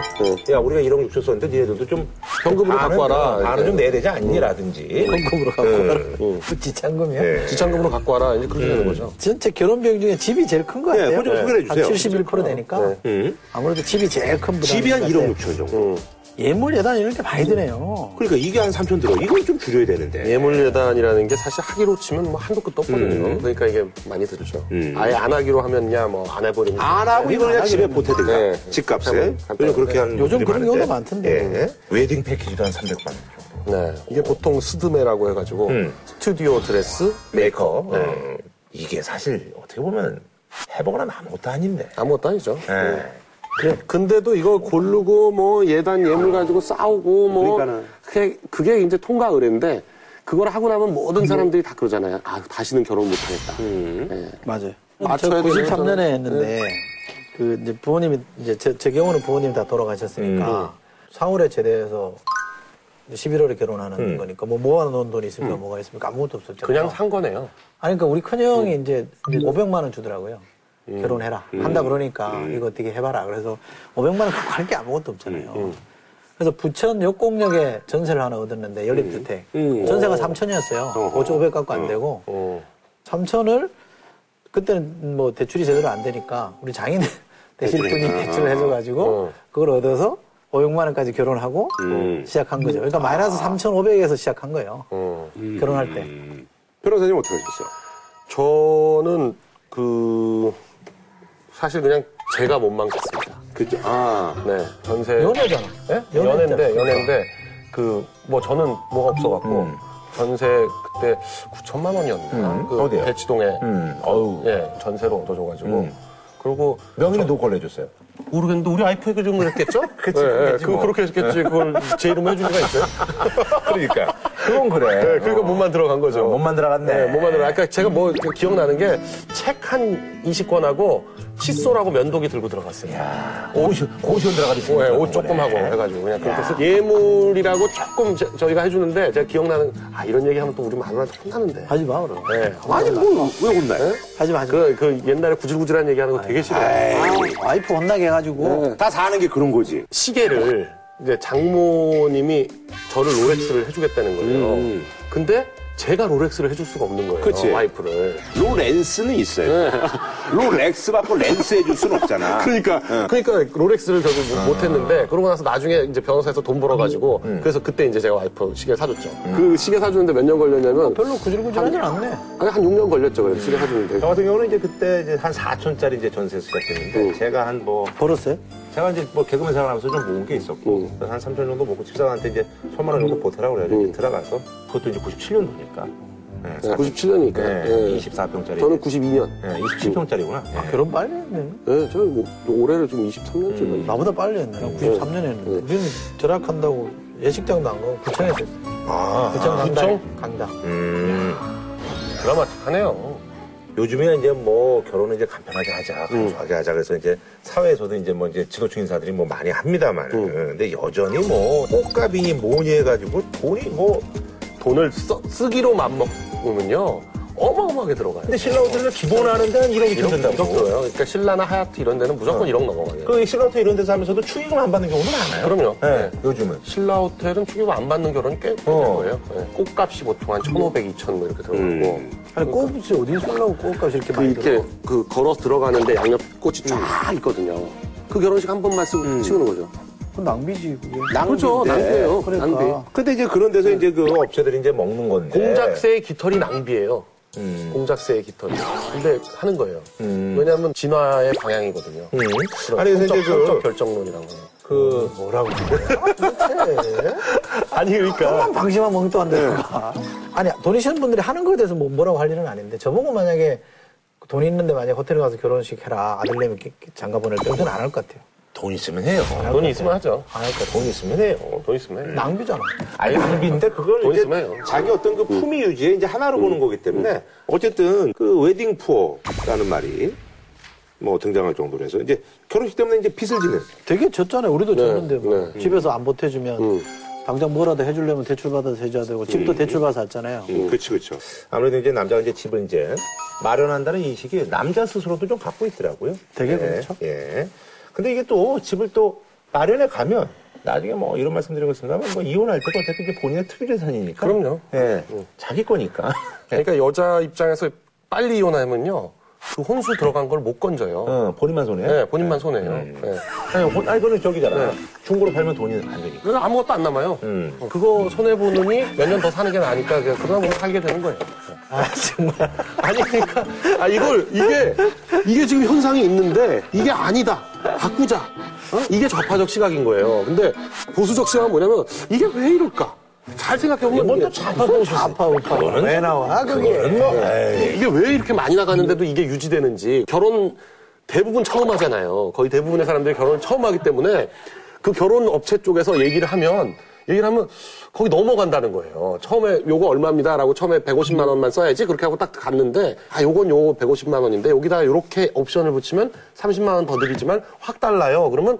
Speaker 1: 또, 야, 우리가 1억 6천 썼는데 니네들도 좀
Speaker 2: 현금으로 갖고 와라.
Speaker 1: 반은 좀
Speaker 2: 이제.
Speaker 1: 내야 되지 않니라든지. 음.
Speaker 3: 현금으로 갖고
Speaker 4: 음.
Speaker 3: 가라고. 지참금이요?
Speaker 1: 네.
Speaker 2: 지참금으로 갖고 와라. 이제 그렇게
Speaker 1: 음.
Speaker 2: 되는 거죠.
Speaker 3: 전체 결혼 비용 중에 집이 제일 큰 거
Speaker 4: 네,
Speaker 3: 같아요.
Speaker 4: 그거 좀 소개를 해주세요.
Speaker 3: 한71% 되니까.
Speaker 4: 음.
Speaker 3: 아무래도 집이 제일 큰 부담.
Speaker 4: 집이 한 1억 6천 정도.
Speaker 1: 음.
Speaker 3: 예물 예단 이런 게 많이 드네요.
Speaker 4: 그러니까 이게 한 3천 들어. 이건 좀 줄여야 되는데.
Speaker 2: 예물 예단이라는 게 사실 하기로 치면 뭐 한도 끝도 없거든요. 그러니까 이게 많이 들죠.
Speaker 4: 음.
Speaker 2: 아예 안 하기로 하면야 뭐 안 해버리면
Speaker 4: 안 하고 이걸 그냥 집에 보태든가.
Speaker 2: 네.
Speaker 4: 집값에.
Speaker 2: 네.
Speaker 4: 요즘 그렇게 하는
Speaker 3: 요즘
Speaker 4: 분들이
Speaker 3: 그런 경우도
Speaker 4: 많은데.
Speaker 3: 많던데.
Speaker 1: 네.
Speaker 4: 예.
Speaker 1: 웨딩 패키지도 한 300만 원 정도.
Speaker 2: 네. 이게 보통 스드메라고 해가지고
Speaker 1: 음.
Speaker 2: 스튜디오 드레스
Speaker 1: 메이크업. 어, 이게 사실 어떻게 보면 해보거나 아무것도 아닌데.
Speaker 2: 아무것도 아니죠.
Speaker 1: 예.
Speaker 2: 그 근데도 이거 고르고 뭐 예단 예물 가지고 싸우고 뭐
Speaker 4: 그러니까는.
Speaker 2: 그게, 그게 이제 통과 의뢰인데 그걸 하고 나면 모든 사람들이 다 그러잖아요. 아 다시는 결혼 못하겠다. 예.
Speaker 3: 맞아요. 저
Speaker 2: 맞춰야 되는
Speaker 3: 93년에
Speaker 2: 거는-
Speaker 3: 했는데 그 이제 부모님이 이제 제, 제 경우는 부모님이 다 돌아가셨으니까 4월에 제대해서 11월에 결혼하는 거니까 뭐 모아놓은 돈이 있습니까? 뭐가 있습니까? 아무것도 없었죠.
Speaker 2: 그냥 산 거네요.
Speaker 3: 아니 그러니까 우리 큰 형이 이제 500만 원 주더라고요. 결혼해라 한다 그러니까 이거 어떻게 해봐라. 그래서 500만 원 갖고 할게 아무것도 없잖아요. 그래서 부천 역곡역에 전세를 하나 얻었는데 연립주택
Speaker 2: 음.
Speaker 3: 전세가 3천이었어요. 5천 5백 갖고 안 되고
Speaker 2: 어.
Speaker 3: 3천을 그때는 뭐 대출이 제대로 안 되니까 우리 장인 되실 분이 아. 어. 대출을 해줘가지고 그걸 얻어서 500만 원까지 결혼하고 시작한 거죠. 그러니까 마이너스 3,500에서 시작한 거예요.
Speaker 2: 어.
Speaker 3: 결혼할 때.
Speaker 4: 변호사님 어떻게 하셨어요?
Speaker 2: 저는 그 사실 그냥 제가 못망쳤습니다.
Speaker 4: 그죠. 아.
Speaker 2: 네 전세
Speaker 3: 연애잖아.
Speaker 2: 예? 연애인데 연애인데 그 뭐 저는 뭐가 없어갖고 전세 그때 9천만 원이었나
Speaker 1: 음.
Speaker 2: 그
Speaker 1: 어디요?
Speaker 2: 대치동에
Speaker 1: 음. 어우.
Speaker 2: 예 전세로 얻어줘가지고
Speaker 1: 음.
Speaker 2: 그리고
Speaker 1: 명의는 노컬로 해줬어요.
Speaker 2: 모르겠는데 우리 아이프에게 좀 그랬겠죠?
Speaker 1: 그치,
Speaker 2: 예, 예.
Speaker 1: 그랬겠지
Speaker 2: 그
Speaker 1: 뭐.
Speaker 2: 그렇게 했겠지 그걸 제 이름으로 해준 리가 있어요?
Speaker 1: 그러니까. 그건 그래.
Speaker 2: 네, 그러니까 몸만 들어간 거죠.
Speaker 1: 어, 몸만 들어갔네.
Speaker 2: 네, 몸만 들어가. 그러니까 제가 뭐 기억나는 게 책 한 20권하고 칫솔하고 면도기 들고 들어갔어요.
Speaker 1: 야, 고시원, 고시원 들어가도 네. 있어.
Speaker 2: 예, 옷 조금 하고 해가지고 그냥 그렇게 해서 예물이라고 조금 저- 저희가 해주는데 제가 기억나는 아 이런 얘기하면 또 우리 마누라한테 혼나는데.
Speaker 3: 하지 마, 그럼.
Speaker 2: 예.
Speaker 4: 아니, 뭐, 왜 혼나요?
Speaker 3: 네. 하지 마, 하지 마.
Speaker 2: 그, 그 옛날에 구질구질한 얘기하는 거 되게
Speaker 3: 아,
Speaker 2: 싫어요.
Speaker 3: 네. 예.
Speaker 4: 에이,
Speaker 3: 와이프 혼나게 해가지고.
Speaker 4: 다 사는 게 그런 거지.
Speaker 2: 시계를 이제 장모님이 저를 롤렉스를 해주겠다는 거예요.
Speaker 4: 음.
Speaker 2: 근데 제가 롤렉스를 해줄 수가 없는 거예요.
Speaker 4: 그치.
Speaker 2: 와이프를.
Speaker 4: 로 렌스는 있어요. 로 렉스 받고 렌스 해줄 수는 없잖아.
Speaker 2: 네. 그러니까 그러니까 롤렉스를 결국 못- 못했는데 그러고 나서 나중에 이제 변호사에서 돈 벌어가지고 그래서 그때 이제 제가 와이프 시계 사줬죠. 그 시계 사주는데 몇 년 걸렸냐면
Speaker 3: 별로 구질구질하진 않네.
Speaker 2: 아니 한 6년 걸렸죠. 그래서 시계 사주는데
Speaker 1: 저 같은 경우는 이제 그때 이제 한 4천짜리 이제 전세 시작했는데 제가 한 뭐
Speaker 3: 벌었어요?
Speaker 1: 제가 이제 뭐 개그맨 생활하면서 좀 모은 게 있었고 그래서 한 3천 정도 모고 집사한테 이제 천만 원 정도 보태라고 그래요. 이제 들어가서 그것도 이제 97년도니까. 음. 네,
Speaker 2: 97년이니까.
Speaker 1: 네,
Speaker 2: 예.
Speaker 1: 24평짜리.
Speaker 2: 저는 92년.
Speaker 1: 네, 27평짜리구나.
Speaker 3: 결혼 빨리 했네.
Speaker 2: 예, 저는 뭐- 올해로 지금 23년째. 음.
Speaker 3: 나보다 빨리 했네. 난 93년에 했는데. 우리는 절약한다고 예식장도 안 가고 구청에서 했어.
Speaker 1: 아,
Speaker 3: 아,
Speaker 1: 그렇죠.
Speaker 3: 구청 간다.
Speaker 2: 구청?
Speaker 3: 간다.
Speaker 1: 음.
Speaker 2: 드라마틱하네요.
Speaker 1: 요즘에 이제 뭐 결혼은 이제 간편하게 하자, 간소하게 하자 그래서 이제 사회에서도 이제 뭐 이제 지도층 인사들이 뭐 많이 합니다만, 은 근데 여전히 뭐 꽃가비니 뭐니 해가지고 돈이 뭐
Speaker 2: 돈을 써- 쓰기로 맘먹으면요. 어마어마하게 들어가요.
Speaker 1: 근데 신라호텔에서 기본하는 데는 1억이 좀
Speaker 2: 이런
Speaker 1: 된다고.
Speaker 2: 무조건 들어요. 그러니까 신라나 하얏트 이런 데는 무조건 1억 넘어가요.
Speaker 1: 그 신라호텔 이런 데서 하면서도 추익을 안 받는 경우는 많아요.
Speaker 2: 그럼요.
Speaker 1: 네,
Speaker 2: 네.
Speaker 1: 요즘은.
Speaker 2: 신라 호텔은 축의금 안 받는 결혼이 꽤 많은
Speaker 1: 어.
Speaker 2: 거예요. 예. 꽃값이 보통 한 1,500, 2,000 뭐 이렇게 들어가고.
Speaker 3: 아니, 꽃이 어디 쏠라고 꽃까지 이렇게
Speaker 2: 그
Speaker 3: 많이
Speaker 2: 이렇게
Speaker 3: 들어.
Speaker 2: 그 걸어 들어가는데 양옆꽃이 쫙 있거든요. 그 결혼식 한 번만 쓰고 치우는 거죠.
Speaker 3: 그건 낭비지, 그게.
Speaker 2: 그렇죠. 낭비예요.
Speaker 3: 그러니까.
Speaker 2: 낭비.
Speaker 4: 근데 이제 그런 데서 이제 그
Speaker 1: 그 업체들이 이제 먹는 건데.
Speaker 2: 공작세의 깃털이 낭비예요.
Speaker 1: 네. 음.
Speaker 2: 공작세의 깃털이. 근데 하는 거예요. 왜냐하면 진화의 방향이거든요.
Speaker 1: 음.
Speaker 2: 그런
Speaker 1: 아니, 그래서 이제
Speaker 2: 성적, 성적
Speaker 1: 그,
Speaker 2: 결정론이라는 거는.
Speaker 1: 그, 뭐라고.
Speaker 2: 아니 그러니까
Speaker 3: 조금만 방심하면 멍뚱한데가 아니 돈 있는 분들이 하는 거에 대해서 뭐 뭐라고 할 일은 아닌데 저보고 만약에 돈 있는데 만약에 호텔에 가서 결혼식 해라 아들내미 기- 기- 장가 보낼 때 저는 안할 것 같아요
Speaker 1: 돈 있으면 해요.
Speaker 2: 돈이 있으면 하죠.
Speaker 3: 안 할 것 같아요
Speaker 1: 그러니까 돈 있으면 해요. 음.
Speaker 2: 어, 돈 있으면 해요.
Speaker 3: 낭비잖아
Speaker 1: 아니, 낭비인데 그걸
Speaker 2: 돈
Speaker 1: 이제
Speaker 2: 있으면 해요.
Speaker 4: 자기 어떤 그 품위 유지에 이제 하나로 보는 거기 때문에 어쨌든 그 웨딩 푸어라는 말이 뭐 등장할 정도로 해서 이제 결혼식 때문에 이제 빚을 지는
Speaker 3: 되게 졌잖아요 우리도 졌는데 뭐.
Speaker 2: 네.
Speaker 3: 집에서 안 보태주면 당장 뭐라도 해주려면 대출받아서 해줘야 되고 집도 대출받아서 샀잖아요
Speaker 4: 그렇지 그렇죠
Speaker 1: 음, 아무래도 이제 남자가 이제 집을 이제 마련한다는 인식이 남자 스스로도 좀 갖고 있더라고요.
Speaker 3: 되게
Speaker 1: 예,
Speaker 3: 그렇죠.
Speaker 1: 예. 근데 이게 또 집을 또 마련해 가면 나중에 뭐 이런 말씀드리고 있습니다만 뭐 이혼할 때도 어차피 이제 본인의 특유 재산이니까.
Speaker 2: 그럼요.
Speaker 1: 예. 자기 거니까.
Speaker 2: 그러니까 여자 입장에서 빨리 이혼하면요. 그 혼수 들어간 걸 못 건져요.
Speaker 1: 어, 본인만 손해.
Speaker 2: 네, 본인만 손해예요. 네.
Speaker 1: 아니, 혼- 아니, 그거는 저기잖아. 중고로 팔면 돈이 안 되니까.
Speaker 2: 그래서 아무것도 안 남아요. 어, 그거 손해보느니 몇 년 더 사는 게 나으니까 그냥 그러다 보면 살게 되는 거예요. 네.
Speaker 5: 아니 그러니까 아 이걸 이게 이게 지금 현상이 있는데 이게 아니다 바꾸자 어? 이게 좌파적 시각인 거예요 근데 보수적 시각은 뭐냐면 이게 왜 이럴까 잘 생각해보면 이게,
Speaker 3: 좌파 우파 왜 나와 그게
Speaker 2: 뭐. 이게 왜 이렇게 많이 나가는데도 이게 유지되는지 결혼 대부분 처음 하잖아요 거의 대부분의 사람들이 결혼을 처음 하기 때문에 그 결혼 업체 쪽에서 얘기를 하면 얘기를 하면 거기 넘어간다는 거예요. 처음에 요거 얼마입니다라고 처음에 150만 원만 써야지 그렇게 하고 딱 갔는데 아 요건 요 150만 원인데 여기다 요렇게 옵션을 붙이면 30만 원 더 드리지만 확 달라요. 그러면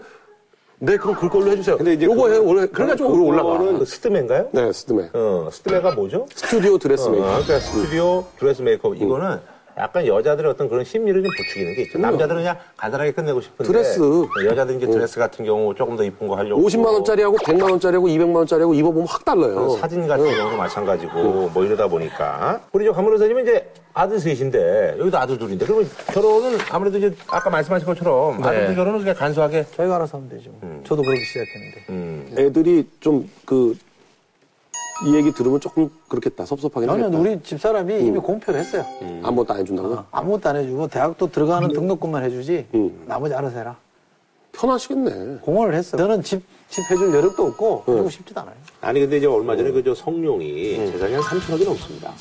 Speaker 2: 네 그럼 그걸로 해주세요.
Speaker 4: 근데 이제
Speaker 2: 요거
Speaker 4: 그-
Speaker 2: 해 원래 그러니까 좀 오래 올라가.
Speaker 1: 그거는 스트맨가요?
Speaker 2: 네 스드메
Speaker 1: 어, 스트맨가 뭐죠?
Speaker 2: 스튜디오 드레스메이커.
Speaker 1: 어, 그러니까 스튜디오 드레스
Speaker 2: 음.
Speaker 1: 메이크업 이거는 약간 여자들의 어떤 그런 심리를 좀 부추기는 게 있죠. 남자들은 그냥 간단하게 끝내고 싶은데
Speaker 2: 드레스.
Speaker 1: 여자들은 이제 드레스 같은 경우 조금 더 이쁜 거 하려고
Speaker 2: 50만 원짜리하고 100만 원짜리하고 200만 원짜리하고 입어보면 확 달라요.
Speaker 1: 어, 사진 같은 경우도
Speaker 2: 어.
Speaker 1: 마찬가지고 뭐 이러다 보니까 우리 저 감독사님은 이제 아들 셋인데 여기도 아들 둘인데 그러면 결혼은 아무래도 이제 아까 말씀하신 것처럼
Speaker 2: 네.
Speaker 1: 아들 결혼은 그냥 간소하게
Speaker 3: 저희가 알아서 하면 되죠 저도 그러기 시작했는데
Speaker 5: 애들이 좀 그 이 얘기 들으면 조금 그렇겠다 섭섭하긴 하겠다
Speaker 4: 그러니까.
Speaker 3: 저는 우리 집사람이
Speaker 4: 음.
Speaker 3: 이미 공표를 했어요
Speaker 5: 아무것도 안 해준다고 요
Speaker 3: 아무것도 안 해주고 대학도 들어가는
Speaker 4: 음.
Speaker 3: 등록금만 해주지 나머지 알아서 해라
Speaker 5: 편하시겠네
Speaker 3: 공헌을 했어 저는 집, 집 해줄 여력도 없고
Speaker 4: 음.
Speaker 3: 해주고 싶지도 않아요
Speaker 4: 아니 근데 이제 얼마
Speaker 2: 어.
Speaker 4: 전에 그저 성룡이
Speaker 2: 음.
Speaker 4: 재산이 한 3천억이 넘습니다.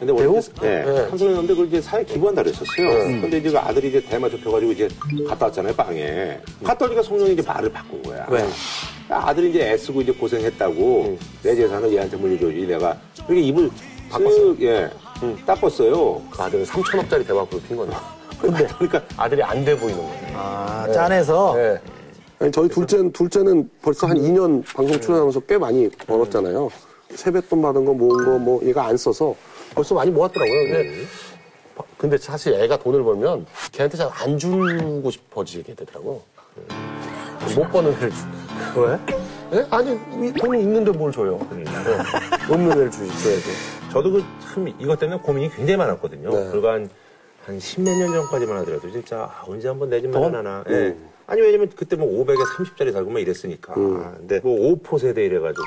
Speaker 4: 근데 원래 이제- 네, 3천억이 넘는데 그걸 이제 사회 기부한다 그랬었어요.
Speaker 2: 네.
Speaker 4: 근데 이제 그 아들이 이제 대마 접혀가지고 이제 갔다 왔잖아요 빵에.
Speaker 2: 음.
Speaker 4: 갔다 오니까 성룡이 이제 말을 바꾼 거야. 아들이 이제 애쓰고 이제 고생했다고
Speaker 2: 음.
Speaker 4: 내 재산을 얘한테 물려줘야지 내가 그렇게 입을 바꿨어요. 예, 닦았어요.
Speaker 2: 음. 그 아들은 3천억짜리 대박으로 핀 거네.
Speaker 4: 근데 그러니까
Speaker 2: 아들이 안 돼 보이는 거예요.
Speaker 3: 아
Speaker 1: 어.
Speaker 3: 짠해서
Speaker 2: 네.
Speaker 5: 아니, 저희 둘째는, 둘째는 벌써 한 2년 방송 출연하면서 꽤 많이 벌었잖아요. 세뱃돈 받은 거 모은 거 뭐 얘가 안 써서 벌써 많이 모았더라고요. 근데, 바- 근데 사실 애가 돈을 벌면 걔한테 잘 안 주고 싶어지게 되더라고.
Speaker 2: 음.
Speaker 5: 못 버는 애를 주.
Speaker 3: 왜?
Speaker 2: 예? 아니, 이 돈이 있는데 뭘 줘요.
Speaker 1: 음.
Speaker 2: 예. 없는 애를 주, 줘야지.
Speaker 1: 저도 그 참 이것 때문에 고민이 굉장히 많았거든요. 불과 한, 한 십몇 년 전까지만 하더라도 진짜 아, 언제 한번 내 집 마련하나. 예. 아니 왜냐면 그때 뭐 500에 30짜리 살고 막 이랬으니까. 근데 뭐 5포 세대 이래가지고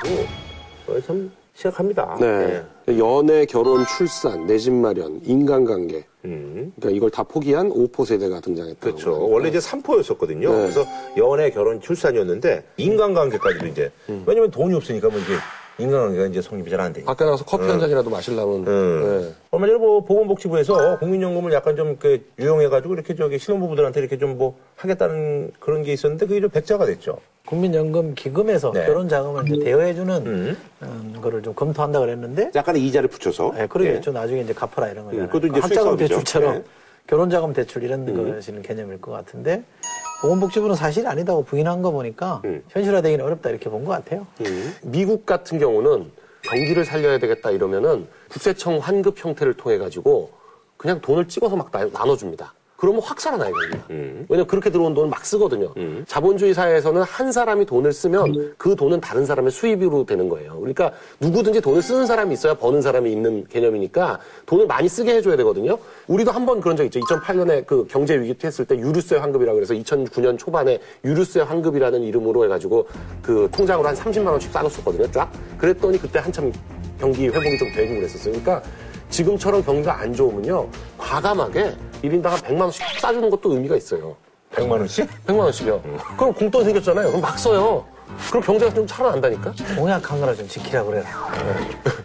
Speaker 1: 어, 참 시작합니다. 예.
Speaker 5: 네. 연애, 결혼, 출산, 내 집 마련, 인간관계.
Speaker 1: 예. 음.
Speaker 5: 그러니까 이걸 다 포기한 5포 세대가 등장했다고.
Speaker 1: 그렇죠. 원래 이제 3포였었거든요. 그래서 연애, 결혼, 출산이었는데 인간관계까지도 이제 왜냐면 돈이 없으니까 뭐 이제 인간관계가 이제 성립이 잘 안 되니까.
Speaker 2: 밖에 나가서 커피 한 잔이라도 마시려면.
Speaker 1: 음.
Speaker 2: 예.
Speaker 1: 얼마 전에 뭐 보건복지부에서 국민연금을 약간 좀 이렇게 유용해가지고 이렇게 저기 신혼부부들한테 이렇게 좀 뭐 하겠다는 그런 게 있었는데 그게 좀 백자가 됐죠.
Speaker 3: 국민연금 기금에서
Speaker 1: 네.
Speaker 3: 결혼 자금을 이제 대여해주는 음, 거를 좀 검토한다 그랬는데
Speaker 4: 약간의 이자를 붙여서. 음,
Speaker 3: 예, 그러겠죠. 나중에 이제 갚아라 이런 거잖아요.
Speaker 4: 그것도 이제
Speaker 3: 학자금
Speaker 4: 수익 사업이죠.
Speaker 3: 대출처럼
Speaker 4: 예. 음.
Speaker 3: 결혼자금 대출 이런 것이는 개념일 것 같은데 보건복지부는 사실 아니다고 부인한 거 보니까
Speaker 4: 음.
Speaker 3: 현실화되기는 어렵다 이렇게 본 것 같아요.
Speaker 2: 음. 미국 같은 경우는 경기를 살려야 되겠다 이러면은 국세청 환급 형태를 통해 가지고 그냥 돈을 찍어서 막 나- 나눠줍니다. 그러면 확 살아나야 됩니다. 왜냐면 그렇게 들어온 돈을 막 쓰거든요. 자본주의 사회에서는 한 사람이 돈을 쓰면 그 돈은 다른 사람의 수입으로 되는 거예요. 그러니까 누구든지 돈을 쓰는 사람이 있어야 버는 사람이 있는 개념이니까 돈을 많이 쓰게 해줘야 되거든요. 우리도 한 번 그런 적 있죠. 2008년에 그 경제 위기 했을 때 유류세 환급이라고 그래서 2009년 초반에 유류세 환급이라는 이름으로 해가지고 그 통장으로 한 30만 원씩 싸줬었거든요. 쫙. 그랬더니 그때 한참 경기 회복이 좀 되고 그랬었어요. 그러니까 지금처럼 경기가 안 좋으면요. 과감하게 1인당 한 100만 원씩 싸주는 것도 의미가 있어요.
Speaker 1: 100만 원씩?
Speaker 2: 100만 원씩이요. 그럼 공돈 생겼잖아요. 그럼 막 써요. 그럼 경제가 좀 살아난다니까?
Speaker 3: 공약한 거나 좀 지키라 그래라.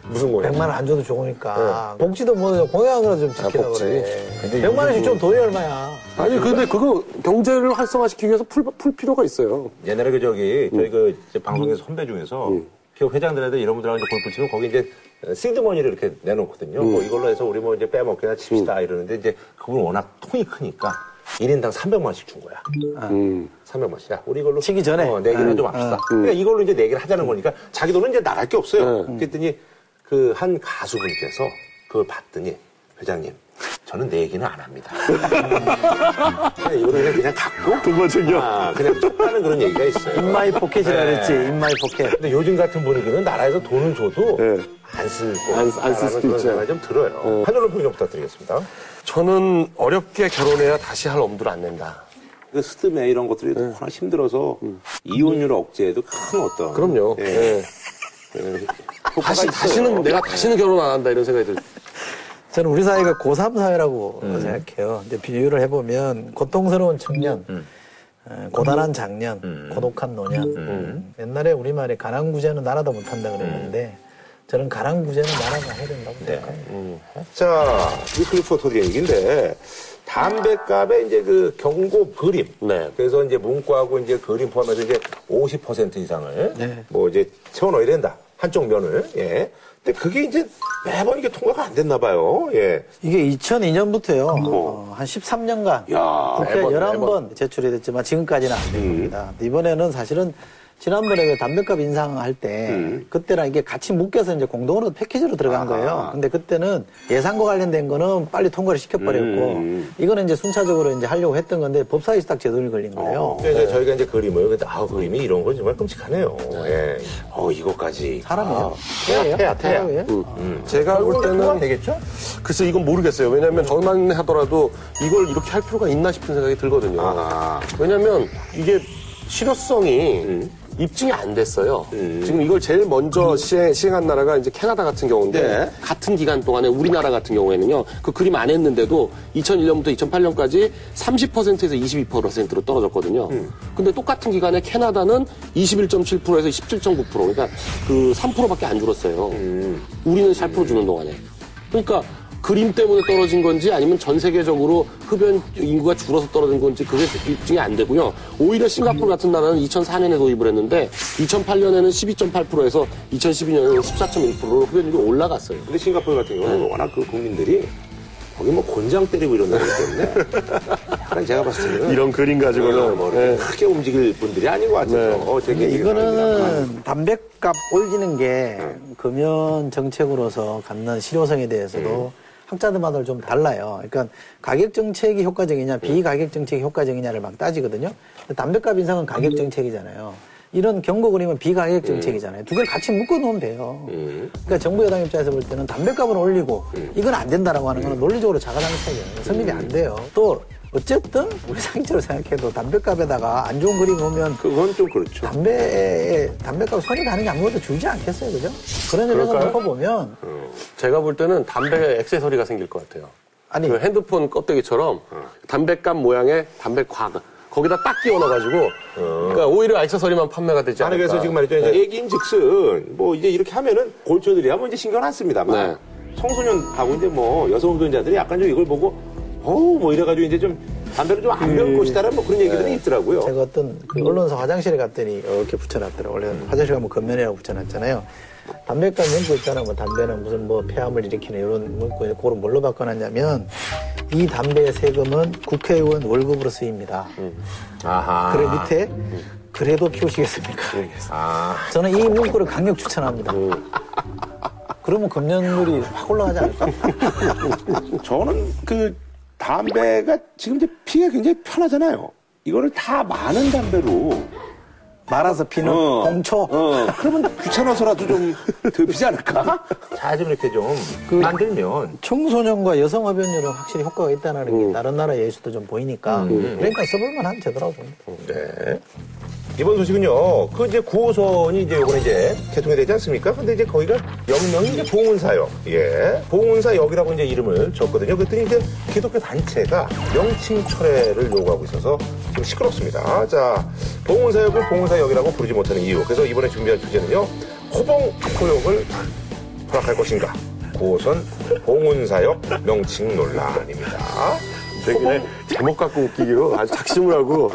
Speaker 2: 무슨 거예요?
Speaker 3: 100만 원 안 줘도 좋으니까 복지도 뭐 공약한 거나 좀 지키라
Speaker 2: 아, 복지.
Speaker 3: 그래. 100만 원씩 좀 돈이 얼마야.
Speaker 5: 아니, 근데 그거 경제를 활성화시키기 위해서 풀, 풀 필요가 있어요.
Speaker 1: 옛날에 그 저기 저희
Speaker 3: 음.
Speaker 1: 그 이제 방송에서 선배 중에서 기업 회장들한테 이런 분들하고 이제 골프 치면 거기 이제 시드머니를 이렇게 내놓거든요.
Speaker 3: 음.
Speaker 1: 뭐 이걸로 해서 우리 뭐 이제 빼먹기나 칩시다 이러는데 이제 그분 워낙 통이 크니까 1인당 300만 원씩 준 거야. 음. 300만 원씩. 야, 우리 이걸로
Speaker 3: 아. 음. 치기 전에. 아. 음.
Speaker 1: 어, 내기는 좀 합시다. 그러니까 이걸로 이제 내기를 하자는 거니까 자기 돈은 이제 나갈 게
Speaker 3: 네.
Speaker 1: 없어요. 그랬더니 그 한 가수분께서 그걸 봤더니 회장님 저는 내 얘기는 안 합니다. 그냥 이거를 그냥 갖고
Speaker 6: 돈만 챙겨.
Speaker 1: 아, 그냥 쪽다는 그런 얘기가 있어요. 네.
Speaker 3: 인마이 포켓이라 그랬지, 인마이 포켓.
Speaker 1: 근데 요즘 같은 분위기는 나라에서 돈을 줘도
Speaker 6: 예.
Speaker 1: 안 쓸 거.
Speaker 2: 안 쓰- 안쓸 수도
Speaker 1: 그런
Speaker 2: 있죠.
Speaker 1: 생각이 좀 들어요. 한효로 평좀 부탁드리겠습니다.
Speaker 2: 저는 어렵게 결혼해야 다시 할 엄두를 안 낸다.
Speaker 5: 그 스드메 이런 것들이 워낙 힘들어서
Speaker 1: 음.
Speaker 5: 이혼율 억제에도 큰 어떤
Speaker 2: 그럼요.
Speaker 5: 예,
Speaker 2: 예.
Speaker 5: 효과가
Speaker 2: 다시,
Speaker 5: 있어요.
Speaker 2: 다시는 내가 다시는 결혼 안 한다 이런 생각이 들
Speaker 7: 저는 우리 사회가 고3 사회라고
Speaker 2: 음.
Speaker 7: 생각해요. 근데 비유를 해보면 고통스러운 청년,
Speaker 2: 음.
Speaker 7: 어, 고단한 장년, 고독한 노년. 음. 옛날에 우리말에 가랑구제는 나라도 못한다 그랬는데
Speaker 2: 음.
Speaker 7: 저는 가랑구제는 나라가 해야 된다고
Speaker 2: 네.
Speaker 7: 생각합니다.
Speaker 1: 자, 위클리프 토리의 얘기인데, 담배값에 이제 그 경고 그림.
Speaker 2: 네.
Speaker 1: 그래서 이제 문구하고 이제 그림 포함해서 이제 50% 이상을 뭐 이제 채워넣어야 된다. 한쪽 면을. 예. 근데 그게 이제 매번 이게 통과가 안 됐나 봐요. 예.
Speaker 3: 이게 2002년부터요, 어, 한 13년간
Speaker 5: 야,
Speaker 3: 국회 11번 제출이 됐지만 지금까지는
Speaker 1: 음.
Speaker 3: 안 됩니다. 근데 이번에는 사실은 지난번에 그 담배값 인상할 때
Speaker 1: 음.
Speaker 3: 그때랑 이게 같이 묶여서 이제 공동으로 패키지로 들어간 거예요. 근데 그때는 예산과 관련된 거는 빨리 통과를
Speaker 1: 음,
Speaker 3: 시켜버렸고 이거는 이제 순차적으로 이제 하려고 했던 건데 법사위에서 딱 제동이 걸린 거예요.
Speaker 1: 그래서 이제 저희가 이제 그림을, 근데 아 그림이 이런 건 정말 끔찍하네요. 예. 어, 이거까지. 아.
Speaker 3: 사람이에요?
Speaker 1: 태야, 태야, 태야.
Speaker 3: 태양이에요?
Speaker 2: 제가 볼 때는
Speaker 1: 되겠죠?
Speaker 2: 글쎄 이건 모르겠어요. 왜냐하면 저만 하더라도 이걸 이렇게 할 필요가 있나 싶은 생각이 들거든요. 왜냐하면 이게 실효성이 입증이 안 됐어요. 지금 이걸 제일 먼저 시행, 한 나라가 이제 캐나다 같은 경우인데 같은 기간 동안에 우리나라 같은 경우에는요 그 그림 안 했는데도 2001년부터 2008년까지 30%에서 22%로 떨어졌거든요. 근데 똑같은 기간에 캐나다는 21.7%에서 17.9% 그러니까 그 3%밖에 안 줄었어요. 우리는 4% 주는 동안에. 그러니까 그림 때문에 떨어진 건지 아니면 전 세계적으로 흡연 인구가 줄어서 떨어진 건지 그게 입증이 안 되고요. 오히려 싱가포르 같은 나라는 2004년에 도입을 했는데 2008년에는 12.8%에서 2012년에는 14.1%로 흡연율이 올라갔어요.
Speaker 5: 근데 싱가포르 같은
Speaker 6: 네.
Speaker 5: 경우는 워낙 그 국민들이 거기 뭐 곤장 때리고 이런 나라기 때문에 약간 제가 봤을 때는
Speaker 6: 이런 그림
Speaker 5: 어,
Speaker 6: 가지고는 네.
Speaker 5: 뭐 이렇게 크게 움직일 분들이 아닌 것 같아서 어, 되게
Speaker 3: 이거는 그러니까 담배값 올리는 게 금연 정책으로서 갖는 실효성에 대해서도 학자들마다 좀 달라요. 그러니까 가격 정책이 효과적이냐 비가격 정책이 효과적이냐를 막 따지거든요. 근데 담배값 인상은 가격 정책이잖아요. 이런 경고 그림은 비가격 정책이잖아요. 두 개를 같이 묶어 놓으면 돼요. 그러니까 정부 여당 입장에서 볼 때는 담배값을 올리고 이건 안 된다라고 하는 건 논리적으로 자가당착이에요. 성립이 안 돼요. 또 어쨌든 우리 상식적으로 생각해도 담배값에다가 안 좋은 그림 오면
Speaker 5: 그건 좀 그렇죠.
Speaker 3: 담배 담배값 손이 가는 게 아무것도 줄지 않겠어요, 그죠? 그런 점에서 놓고 보면
Speaker 2: 제가 볼 때는 담배 액세서리가 생길 것 같아요.
Speaker 3: 아니
Speaker 2: 그 핸드폰 껍데기처럼 담배값 모양의 담배곽 거기다 딱 끼워 넣어가지고 그러니까 오히려 액세서리만 판매가 되지
Speaker 1: 아니,
Speaker 2: 않을까.
Speaker 1: 그래서 지금 말이죠. 이제
Speaker 5: 얘기인 즉슨 뭐 이제 이렇게 하면은 골조들이야 뭐 이제 신경 안 씁니다만
Speaker 2: 네.
Speaker 5: 청소년하고 이제 뭐 여성 흡연자들이 약간 좀 이걸 보고 어우 뭐 이래가지고 이제 좀 담배를 좀 안
Speaker 1: 음.
Speaker 5: 배울 것이다라는 뭐 그런 얘기들이
Speaker 1: 네.
Speaker 5: 있더라고요.
Speaker 3: 제가 어떤 그 언론사 화장실에 갔더니 이렇게 붙여놨더라고. 원래 화장실 가면 건면이라고 붙여놨잖아요. 담배값 문구 있잖아. 뭐 담배는 무슨 뭐 폐암을 일으키는 이런 문구 그걸 뭘로 바꿔놨냐면 이 담배의 세금은 국회의원 월급으로 쓰입니다.
Speaker 1: 아하.
Speaker 3: 그래 밑에 그래도 피우시겠습니까?
Speaker 1: 아.
Speaker 3: 저는 이 문구를 강력 추천합니다. 그러면 금년율이 확 올라가지 않을까?
Speaker 5: 저는 그 담배가 지금 이제 피가 굉장히 편하잖아요. 이거를 다 많은 담배로
Speaker 3: 말아서 피는
Speaker 5: 어.
Speaker 3: 홍초.
Speaker 5: 어 그러면 귀찮아서라도 좀 더 피지 않을까? 그
Speaker 1: 자, 좀 이렇게 좀 만들면.
Speaker 3: 청소년과 여성 흡연율은 확실히 효과가 있다는 게
Speaker 2: 음.
Speaker 3: 다른 나라 예시도 좀 보이니까 그러니까 써볼만한 제도라고 봅니다.
Speaker 1: 네. 이번 소식은요. 그 이제 9호선이 이제 요번에 이제 개통이 되지 않습니까? 근데 이제 거기가 영명이 이제 봉은사역. 예. 봉은사역이라고 이제 이름을 줬거든요. 그랬더니 이제 기독교 단체가 명칭 철회를 요구하고 있어서 좀 시끄럽습니다. 자, 봉은사역을 봉은사역이라고 부르지 못하는 이유. 그래서 이번에 준비한 주제는요. 호봉 포역을 허락할 것인가? 9호선 봉은사역 명칭 논란입니다.
Speaker 6: 되게
Speaker 2: 제목 갖고 웃기기로 아주 작심을 하고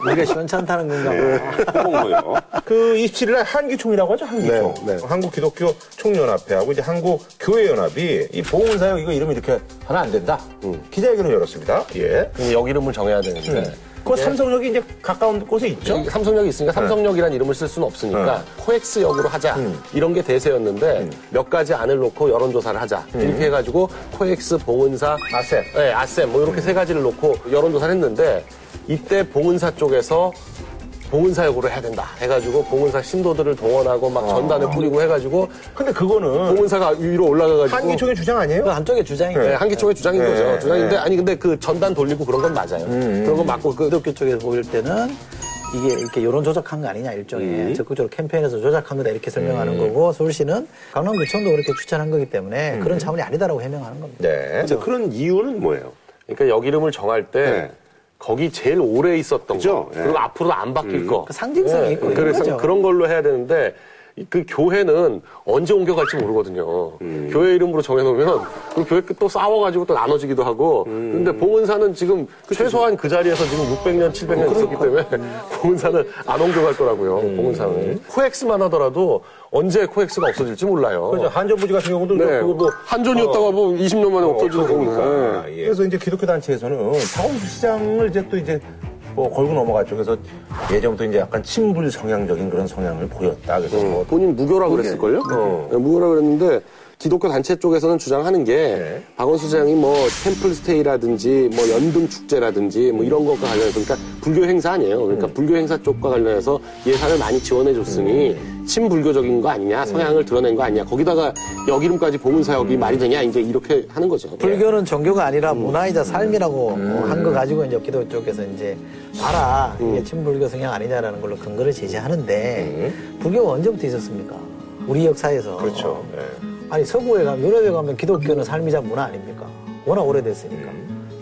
Speaker 3: 우리가 시원찮다는 건가 뭐. 봐요.
Speaker 2: 네.
Speaker 4: 홍보요.
Speaker 1: 그 27일 날 한기총이라고 하죠, 한기총.
Speaker 2: 네, 네.
Speaker 1: 한국 기독교 총연합회하고 이제 한국 교회 연합이 이 보훈사역 이거 이름 이렇게 하면 안 된다.
Speaker 2: 음.
Speaker 1: 기자회견을 열었습니다. 예.
Speaker 2: 근데 여기 이름을 정해야 되는데 예.
Speaker 1: 그 삼성역이 이제 가까운 곳에 있죠? 네.
Speaker 2: 여기 삼성역이 있으니까 삼성역이라는 이름을 쓸 수는 없으니까 코엑스역으로 하자
Speaker 1: 음.
Speaker 2: 이런 게 대세였는데 몇 가지 안을 놓고 여론조사를 하자 이렇게 해가지고 코엑스 봉은사
Speaker 1: 음. 아셈.
Speaker 2: 네, 아셈 뭐 이렇게
Speaker 1: 음.
Speaker 2: 세 가지를 놓고 여론조사를 했는데 이때 봉은사 쪽에서 봉은사역으로 해야 된다 해가지고 봉은사 신도들을 동원하고 막 전단을 뿌리고 해가지고
Speaker 1: 아. 근데 그거는
Speaker 2: 봉은사가 위로 올라가가지고
Speaker 1: 한기총의 주장 아니에요?
Speaker 3: 그 한쪽의 주장이
Speaker 2: 네, 한기총의 주장인
Speaker 1: 네,
Speaker 2: 거죠. 주장인데
Speaker 1: 네. 음,
Speaker 2: 아니 근데 그 전단 돌리고 그런 건 맞아요. 그런 건 맞고 그
Speaker 3: 기독교 쪽에서 보일 때는 이게 이렇게 여론 조작한 거 아니냐 일종의
Speaker 2: 음.
Speaker 3: 적극적으로 캠페인에서 조작한 거다 이렇게 설명하는 거고 서울시는 강남구청도 그렇게 추천한 거기
Speaker 2: 음.
Speaker 3: 때문에 그런 자문이 아니다라고 해명하는 겁니다.
Speaker 1: 네.
Speaker 4: 자, 그런 이유는 뭐예요?
Speaker 2: 그러니까 역 이름을 정할 때
Speaker 4: 네.
Speaker 2: 거기 제일 오래 있었던
Speaker 4: 그죠?
Speaker 2: 거
Speaker 4: 예.
Speaker 2: 그리고 앞으로도 안 바뀔 거
Speaker 3: 그 상징성이
Speaker 2: 예,
Speaker 3: 있고 이런
Speaker 2: 그래서
Speaker 3: 거죠.
Speaker 2: 그런 걸로 해야 되는데 이- 그 교회는 언제 옮겨갈지 모르거든요. 교회 이름으로 정해놓으면 그 교회 끝또 싸워가지고 또 나눠지기도 하고. 근데 봉은사는 지금 최소한 음. 그 자리에서 지금 600년, 700년 있었기 때문에 봉은사는 안 옮겨갈 거라고요. 봉은사는 코엑스만 하더라도 언제 코엑스가 없어질지 몰라요.
Speaker 1: 그죠. 한전부지 같은 경우도
Speaker 2: 네,
Speaker 1: 그거 뭐
Speaker 2: 한전이었다가 뭐 20년 만에 없어지는 거니까. 네.
Speaker 1: 아, 예. 그래서 이제 기독교 단체에서는 박원순 시장을 이제 또 이제 뭐 걸고 넘어갔죠. 그래서 예전부터 이제 약간 친불 성향적인 그런 성향을 보였다. 그래서 뭐
Speaker 2: 본인 무교라 고 그랬을걸요?
Speaker 1: 어.
Speaker 2: 네, 무교라 고 그랬는데 기독교 단체 쪽에서는 주장하는 게
Speaker 1: 네.
Speaker 2: 박원순 시장이 뭐 템플스테이라든지 뭐 연등 축제라든지 뭐 이런 것과 관련해서 그러니까 불교 행사 아니에요. 그러니까 불교 행사 쪽과 관련해서 예산을 많이 지원해 줬으니 친불교적인 거 아니냐, 성향을 드러낸 거 아니냐. 거기다가 역 이름까지 보문사역이 말이 되냐 이제 이렇게 하는 거죠.
Speaker 3: 불교는 종교가 아니라
Speaker 1: 음.
Speaker 3: 문화이자 삶이라고 한 거 가지고 이제 기도 쪽에서 이제 봐라
Speaker 1: 음.
Speaker 3: 이게 친불교 성향 아니냐라는 걸로 근거를 제시하는데 불교가 언제부터 있었습니까? 우리 역사에서
Speaker 1: 음. 그렇죠. 예.
Speaker 3: 아니 서구에 가면 유럽에 가면 기독교는 삶이자 문화 아닙니까? 워낙 오래됐으니까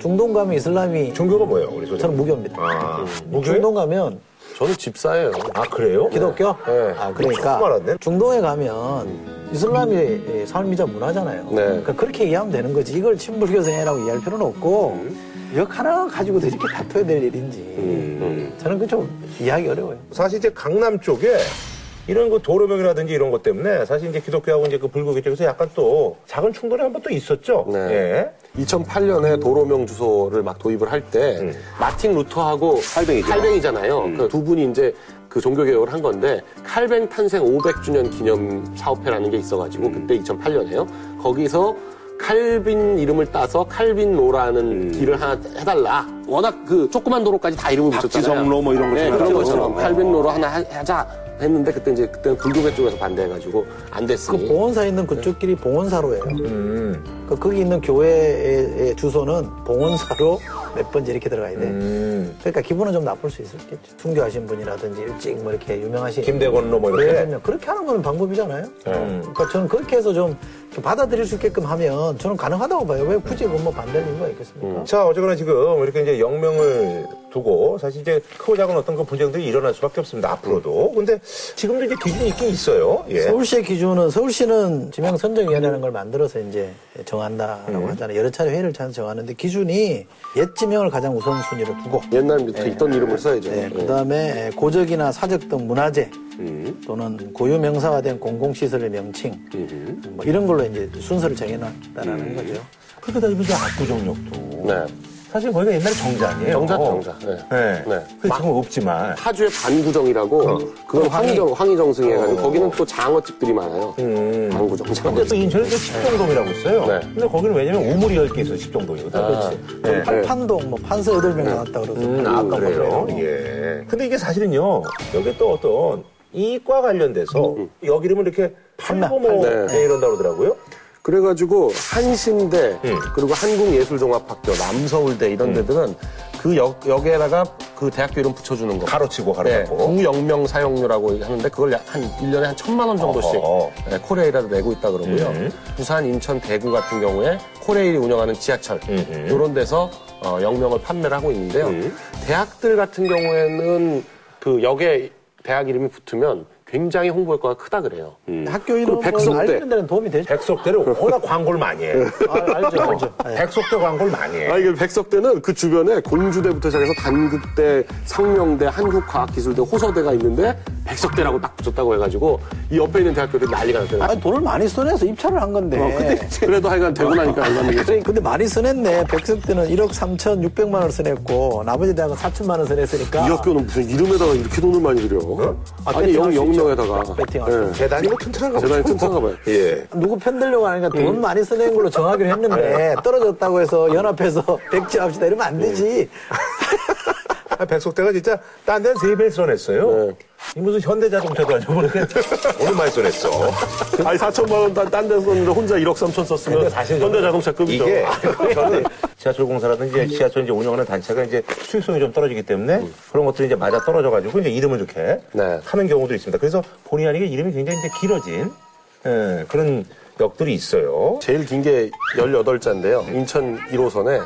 Speaker 3: 중동 가면 이슬람이
Speaker 1: 종교가 뭐예요, 우리 소장?
Speaker 3: 저는 무교입니다.
Speaker 1: 음. 아, 무교예요?
Speaker 3: 중동 가면
Speaker 2: 저는 집사예요.
Speaker 1: 아 그래요?
Speaker 3: 어, 기독교?
Speaker 2: 네.
Speaker 3: 아,
Speaker 1: 처음 알았네.
Speaker 3: 그러니까 중동에 가면 이슬람이 삶이자 문화잖아요.
Speaker 2: 네.
Speaker 3: 그러니까 그렇게 이해하면 되는 거지. 이걸 친불교 성향이라고 이해할 필요는 없고 역 하나 가지고도 이렇게 다퉈야 될 일인지 저는 그 좀 이해하기 어려워요.
Speaker 1: 사실 이제 강남 쪽에 이런 그 도로명이라든지 이런 것 때문에 사실 이제 기독교하고 이제 그 불교계 쪽에서 약간 또 작은 충돌이 한 번 또 있었죠.
Speaker 2: 네.
Speaker 1: 예.
Speaker 2: 2008년에 도로명 주소를 막 도입을 할 때 마틴 루터하고
Speaker 4: 칼뱅이죠.
Speaker 2: 잖아요 그 두 분이 이제 그 종교 개혁을 한 건데 칼뱅 탄생 500주년 기념 사업회라는 게 있어가지고 그때 2008년에요. 거기서 칼빈 이름을 따서 칼빈 로라는 길을 하나 해달라. 음. 워낙 그 조그만 도로까지 다 이름을 붙였잖아요.
Speaker 4: 박지성로 뭐 이런
Speaker 2: 네,
Speaker 4: 것처럼
Speaker 2: 그런
Speaker 4: 하라고.
Speaker 2: 것처럼
Speaker 4: 어.
Speaker 2: 칼빈 로로 하나 하- 하자 했는데 그때 이제 그때는 불교계 쪽에서 반대해가지고 안
Speaker 3: 그
Speaker 2: 됐으니.
Speaker 3: 봉원사 있는 그쪽끼리 봉원사로예요. 그 거기 있는 교회의 주소는 봉원사로 몇 번째 이렇게 들어가야 돼.
Speaker 1: 음.
Speaker 3: 그러니까 기분은 좀 나쁠 수 있었겠죠. 순교하신 분이라든지 일찍 뭐 이렇게 유명하신
Speaker 1: 김대건로 뭐 이렇게.
Speaker 3: 그러면 그렇게 하는 건 방법이잖아요. 그러니까 저는 그렇게 해서 좀 받아들일 수 있게끔 하면 저는 가능하다고 봐요. 왜 굳이 그건 뭐 반대할 이유가 있겠습니까?
Speaker 1: 자, 어쨌거나 지금 이렇게 이제 영명을 두고 사실 이제 크고 작은 어떤 그 분쟁들이 일어날 수밖에 없습니다. 앞으로도. 근데 지금도 이제 기준이 있긴 있어요. 예.
Speaker 3: 서울시의 기준은 서울시는 지명 선정위원회라는 걸 만들어서 이제 정한다라고 하잖아요. 여러 차례 회의를 찾아서 정하는데 기준이 옛 지명을 가장 우선순위로 두고
Speaker 2: 옛날부터 있던 이름을 써야죠.
Speaker 3: 네, 그다음에 고적이나 사적 등 문화재 또는 고유 명사화된 공공시설의 명칭 뭐 이런 걸로 이제 순서를 정해놨다라는 거죠.
Speaker 1: 그렇게 따지면 이제 압구정역도.
Speaker 2: 네.
Speaker 1: 사실 거기가 옛날에 정자 아니에요?
Speaker 2: 정자 정자. 네.
Speaker 1: 네.
Speaker 2: 네.
Speaker 1: 그게 지금 없지만.
Speaker 2: 파주의 반구정이라고 그건 어. 황희정 어. 음, 황희정승이 해가지고 거기는 또 장어집들이 많아요. 반구정
Speaker 1: 근데 또
Speaker 2: 장어집.
Speaker 1: 인천에 또 십정동이라고 있어요.
Speaker 2: 네. 아.
Speaker 1: 근데 거기는 왜냐면 우물이 10개 있어요, 십정동이거든.
Speaker 2: 그렇지.
Speaker 1: 네.
Speaker 3: 판동 뭐 판서 여덟 명 나왔다 음, 그러고
Speaker 1: 아, 그래요? 예. 근데 이게 사실은요, 여기 또 어떤 이과 관련돼서 여기 이름을 이렇게 팔고 뭐
Speaker 2: 판매.
Speaker 1: 네, 이런다고 그러더라고요.
Speaker 2: 그래가지고 한신대 그리고 한국예술종합학교 남서울대 이런 데들은 그 역, 역에다가 그 대학교 이름 붙여주는 거.
Speaker 1: 가로치고
Speaker 2: 네,
Speaker 1: 가로잡고.
Speaker 2: 구영명 사용료라고 하는데 그걸 약- 한 1년에 한 천만 원 정도씩
Speaker 1: 어허.
Speaker 2: 네, 코레일이라도 내고 있다 그러고요. 부산, 인천, 대구 같은 경우에 코레일이 운영하는 지하철 이런 데서 어, 영명을 판매를 하고 음. 있는데요. 대학들 같은 경우에는 그 역에 대학 이름이 붙으면 굉장히 홍보 효과가 크다 그래요.
Speaker 3: 음.
Speaker 8: 학교 이름
Speaker 2: 백석대.
Speaker 8: 뭐 알리는 데는 도움이 되죠.
Speaker 1: 백석대를 워낙 광고를 많이 해.
Speaker 8: 아, 알죠, 알죠. 예.
Speaker 1: 백석대 광고를 많이 해.
Speaker 2: 아, 이게 백석대는 그 주변에 곤주대부터 시작해서 단급대, 상명대, 한국과학기술대, 호서대가 있는데 백석대라고 딱 붙였다고 해가지고 이 옆에 있는 대학교들이 난리가 났대요.
Speaker 8: 아니 돈을 많이 써내서 입찰을 한
Speaker 3: 어,
Speaker 8: 건데.
Speaker 2: 예. 그래도 하여간 되고 나니까 얼마나 이게
Speaker 3: 근데 많이 써냈네. 백석 때는 1억 3,600만 원을 써냈고 나머지 대학은 4천만 원 써냈으니까.
Speaker 2: 이 학교는 무슨 이름에다가 이렇게 돈을 많이 들여.
Speaker 3: 아,
Speaker 2: 아니, 영,
Speaker 3: 배팅할 수 있죠.
Speaker 2: 영명에다가.
Speaker 3: 배팅할 수
Speaker 2: 예.
Speaker 1: 재단이 뭐 튼튼한가 보죠.
Speaker 2: 재단이 튼튼한가 봐요.
Speaker 1: 예.
Speaker 3: 누구 편들려고 하니까 돈 많이 써낸 걸로 정하기로 했는데 떨어졌다고 해서 연합해서 백지합시다 이러면 안 되지.
Speaker 1: 아, 백석대가 진짜 딴 데는 세배 써냈어요. 이 무슨 현대자동차도 아니고 모르겠는데 오늘 많이 써냈어.
Speaker 2: 아니, 4천만 원 딴 데서 썼는데 혼자 1억 3천 썼으면
Speaker 1: 근데 사실 저는
Speaker 2: 네. 현대자동차급이죠. 아, 네.
Speaker 1: 이게 저는
Speaker 2: 음.
Speaker 1: 지하철공사라든지 지하철 이제 운영하는 단체가 이제 수익성이 좀 떨어지기 때문에 그런 것들이 이제 맞아 떨어져가지고 이제 이름을 좋게
Speaker 2: 네.
Speaker 1: 하는 경우도 있습니다. 그래서 본의 아니게 이름이 굉장히 이제 길어진 예, 그런 역들이 있어요.
Speaker 2: 제일 긴 게 18자인데요. 인천 1호선에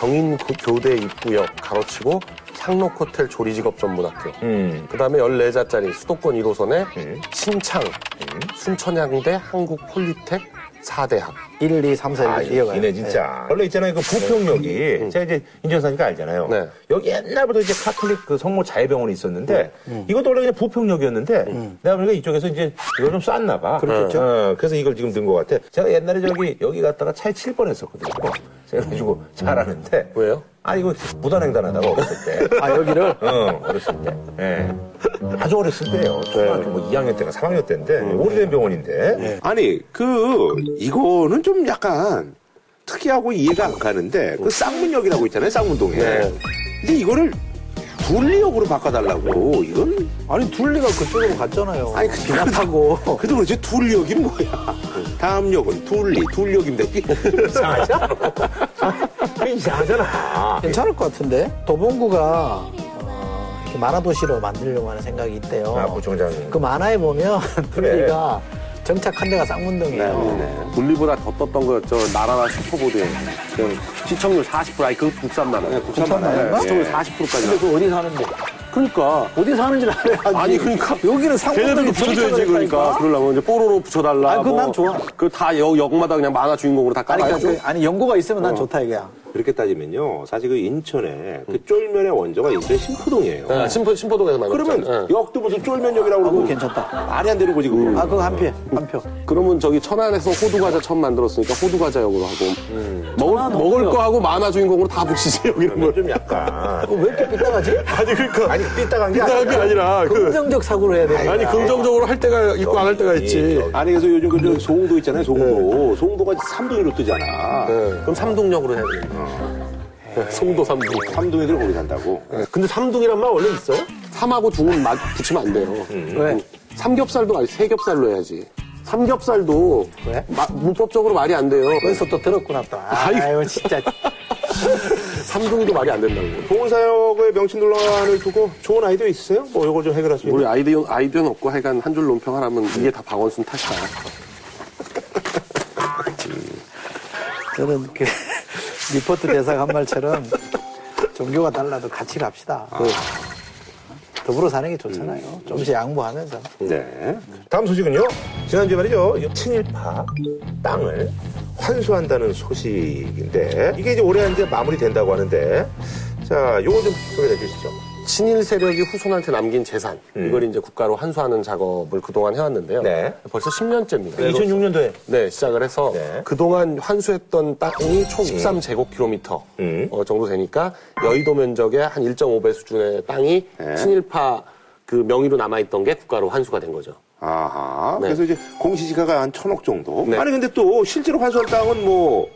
Speaker 2: 경인 고- 교대 입구역 가로치고 향록호텔 조리직업전문학교.
Speaker 1: 음.
Speaker 2: 그 다음에 네. 14자짜리 수도권 1호선에 신창, 순천향대, 한국폴리텍, 4대학.
Speaker 3: 1, 2, 3, 4
Speaker 1: 아,
Speaker 3: 이렇게 이어가요.
Speaker 1: 이네 진짜. 원래 있잖아요. 그 부평역이 제가 이제 인천 사니까 알잖아요.
Speaker 2: 네.
Speaker 1: 여기 옛날부터 이제 카톨릭 그 성모 자애병원이 있었는데 음. 이것도 원래 그냥 부평역이었는데 내가 보니까 이쪽에서 이제 이걸 좀 쌌나 봐. 그렇겠죠. 그래서 이걸 지금 든 것 같아. 제가 옛날에 저기 여기 갔다가 차에 칠 뻔했었거든요. 제가 가지고 잘 아는데.
Speaker 2: 왜요?
Speaker 1: 아 이거 무단횡단하다가 어렸을 때.
Speaker 3: 아 여기를
Speaker 1: 어, 어렸을 때. 예. 아주 어렸을 때요. 초등학교 뭐 2학년 때가 3학년 때인데 오래된 병원인데.
Speaker 4: 아니 그 이거는 좀 약간 특이하고 이해가 안 가는데 그 쌍문역이라고 있잖아요 쌍문동에
Speaker 2: 네.
Speaker 4: 근데 이거를 분리역으로 바꿔달라고 이건
Speaker 3: 아니 둘리가 그쪽으로 갔잖아요.
Speaker 4: 아니 그
Speaker 3: 연합하고
Speaker 2: 어.
Speaker 4: 그래도 그렇지 둘역이 뭐야 다음 역은 둘리 둘역인데
Speaker 1: 이상하잖아.
Speaker 3: 괜찮을 것 같은데 도봉구가 어, 이렇게 만화 도시로 만들려고 하는 생각이 있대요.
Speaker 1: 아, 구청장.
Speaker 3: 그 만화에 보면
Speaker 1: 그래.
Speaker 3: 둘리가 정착한 데가 쌍문동이에요.
Speaker 2: 분리보다 더 떴던 거였죠. 나라라 슈퍼보드에. 그 시청률 40%, 아니, 그 국산 만화.
Speaker 3: 네,
Speaker 4: 국산 만화예요?
Speaker 2: 시청률
Speaker 4: 예.
Speaker 2: 40%까지.
Speaker 3: 근데 그 어디 사는데?
Speaker 2: 그러니까.
Speaker 3: 어디 사는지 알아야지.
Speaker 2: 아니, 그러니까.
Speaker 3: 여기는 쌍문동이
Speaker 2: 걔네들도 붙여줘야지 그러니까 그러려면 이제 뽀로로 붙여달라
Speaker 3: 아, 그건 난 좋아.
Speaker 2: 그다 역마다 그냥 만화 주인공으로 다
Speaker 3: 아니,
Speaker 2: 깔아야죠
Speaker 3: 그러니까 그- 아니 연고가 있으면
Speaker 2: 어.
Speaker 3: 난 좋다 이거야.
Speaker 4: 그렇게 따지면요 사실 그 인천에 그 쫄면의 원조가 인천 신포동이에요
Speaker 2: 네, 심포, 심포동에서 많이
Speaker 4: 그러면
Speaker 2: 먹잖아요. 예.
Speaker 4: 역도 무슨 쫄면역이라고
Speaker 3: 아,
Speaker 4: 그러고
Speaker 3: 그거 괜찮다.
Speaker 4: 말이 안 되는 거지 그거
Speaker 3: 아 그거 한 표, 한 표.
Speaker 2: 그러면 저기 천안에서 호두과자 처음 만들었으니까 호두과자 역으로 하고 먹을,
Speaker 3: 천안
Speaker 2: 먹을
Speaker 3: 호두역.
Speaker 2: 거 하고 만화 주인공으로 다 붙이지 여기는 뭐
Speaker 1: 좀 약간.
Speaker 3: 그거 왜 이렇게 삐딱하지?
Speaker 2: 아니 그러니까
Speaker 1: 아니, 삐딱한 게
Speaker 2: 삐딱한 게 아니라 그
Speaker 3: 긍정적 사고를 해야 돼.
Speaker 2: 아니 긍정적으로 할 때가 있고 안 할 때가 있지
Speaker 4: 아니 그래서 요즘 그저 송도 있잖아요 송도 송도가 삼동이로 뜨잖아
Speaker 2: 예, 그럼 삼동역으로 해야 돼요
Speaker 3: 음.
Speaker 2: 송도 삼동
Speaker 4: 삼동이들 거기 산다고
Speaker 2: 예, 근데 삼동이란 말 원래 있어요? 삼하고 중은 맞 붙이면 안
Speaker 3: 음.
Speaker 2: 돼요 음.
Speaker 3: 왜?
Speaker 2: 삼겹살도 아니 세겹살로 해야지. 삼겹살도 마- 문법적으로 말이 안 돼요.
Speaker 3: 거기서 또 들었구나 또.
Speaker 2: 아이고.
Speaker 3: 아유 진짜.
Speaker 2: 삼둥이도 말이 안 된다고.
Speaker 4: 동사역의 명칭 논란을 두고 좋은 아이디어 있으세요? 뭐 이걸 좀 해결할 수 있는
Speaker 2: 우리 아이디어 아이디어는 없고 하여간 한 줄 논평하라면 이게 다 박원순 탓이다.
Speaker 3: 저는 그 리포트 대사 한 말처럼 종교가 달라도 같이 갑시다. 그 더불어 사는 게 좋잖아요. 조금씩 양보하면서.
Speaker 4: 네.
Speaker 1: 다음 소식은요. 지난주 말이죠. 이 친일파 땅을 환수한다는 소식인데 이게 이제 올해 이제 마무리된다고 하는데 자, 요거 좀 소개해 주시죠.
Speaker 2: 친일 세력이 후손한테 남긴 재산 이걸 이제 국가로 환수하는 작업을 그동안 해왔는데요.
Speaker 1: 네.
Speaker 2: 벌써 10년째입니다.
Speaker 1: 2006년도에
Speaker 2: 네, 시작을 해서
Speaker 1: 네.
Speaker 2: 그동안 환수했던 땅이 총 13제곱킬로미터
Speaker 1: 음.
Speaker 2: 어, 정도 되니까 여의도 면적의 한 1.5배 수준의 땅이 친일파 그 명의로 남아있던 게 국가로 환수가 된 거죠.
Speaker 4: 아하.
Speaker 2: 네.
Speaker 4: 그래서 이제 공시지가가 한 천억 정도.
Speaker 2: 네.
Speaker 4: 아니 근데 또 실제로 환수한 땅은 뭐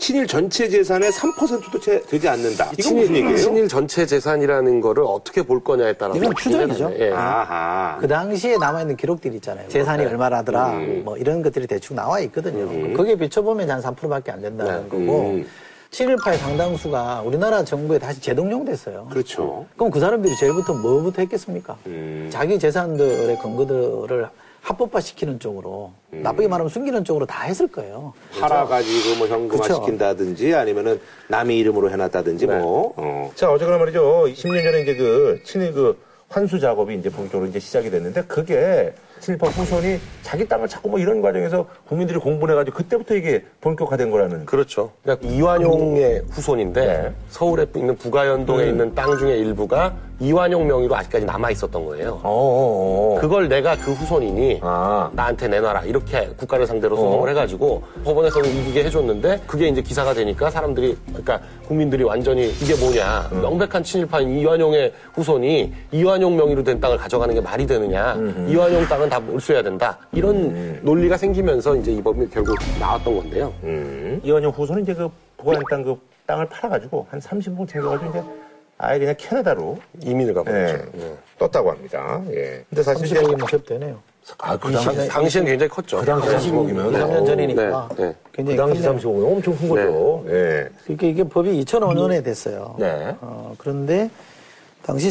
Speaker 4: 친일 전체 재산의 3%도 채 되지 않는다. 이건 무슨 얘기예요?
Speaker 2: 친일 전체 재산이라는 거를 어떻게 볼 거냐에 따라서
Speaker 3: 이건
Speaker 2: 굉장히
Speaker 3: 추정이죠.
Speaker 2: 다른데, 예.
Speaker 4: 아하.
Speaker 3: 그 당시에 남아있는 기록들이 있잖아요. 뭐 재산이 얼마라더라, 뭐 이런 것들이 대충 나와 있거든요. 거기에 비춰보면 한 3%밖에 안 된다는 거고, 친일파의 상당수가 우리나라 정부에 다시 재동용됐어요.
Speaker 4: 그렇죠.
Speaker 3: 그럼 그 사람들이 제일부터 뭐부터 했겠습니까? 자기 재산들의 근거들을 합법화시키는 쪽으로, 나쁘게 말하면 숨기는 쪽으로 다 했을 거예요.
Speaker 4: 팔아 가지고 뭐 현금화
Speaker 3: 그쵸.
Speaker 4: 시킨다든지 아니면은 남의 이름으로 해놨다든지 뭐. 어.
Speaker 1: 자, 어쨌거나 말이죠. 10년 전에 이제 그 친일 그 환수 작업이 이제 본격적으로 이제 시작이 됐는데 그게 실파 후손이 자기 땅을 찾고 뭐 이런 과정에서 국민들이 공부를 해가지고 그때부터 이게 본격화된 거라는
Speaker 2: 그렇죠. 그러니까 이완용의 후손인데
Speaker 1: 네. 음.
Speaker 2: 서울에 있는 부가연동에 있는 땅 중에 일부가 이완용 명의로 아직까지 남아 있었던 거예요.
Speaker 1: 어, 어어어.
Speaker 2: 그걸 내가 그 후손이니
Speaker 1: 아. 어.
Speaker 2: 나한테 내놔라 이렇게 국가를 상대로 소송을 해가지고 법원에서는 이기게 해줬는데 그게 이제 기사가 되니까 사람들이 그러니까 국민들이 완전히 이게 뭐냐
Speaker 1: 음.
Speaker 2: 명백한 친일파인 이완용의 후손이 이완용 명의로 된 땅을 가져가는 게 말이 되느냐 이완용 땅은 다 몰수해야 된다 이런
Speaker 1: 음.
Speaker 2: 논리가 생기면서 이제 이 법이 결국 나왔던 건데요.
Speaker 1: 이완용 후손은 이제 그 부가연 땅그 땅을 팔아가지고 한 30억 챙겨가지고 이제 아예 그냥 캐나다로
Speaker 2: 이민을 가버렸죠.
Speaker 1: 예, 떴다고 합니다. 예. 근데 사실 이제
Speaker 3: 30억이면 캡 되네요.
Speaker 1: 아, 그 당시
Speaker 2: 당시엔 굉장히 컸죠.
Speaker 1: 그 당시 30억이면
Speaker 3: 3년 전이니까
Speaker 2: 네, 네.
Speaker 1: 그
Speaker 3: 굉장히
Speaker 1: 당시
Speaker 3: 컸네요.
Speaker 1: 30억이면 엄청 큰 거죠. 예.
Speaker 3: 그러니까 이게 법이 2005년에 됐어요.
Speaker 1: 네.
Speaker 3: 어, 그런데 당시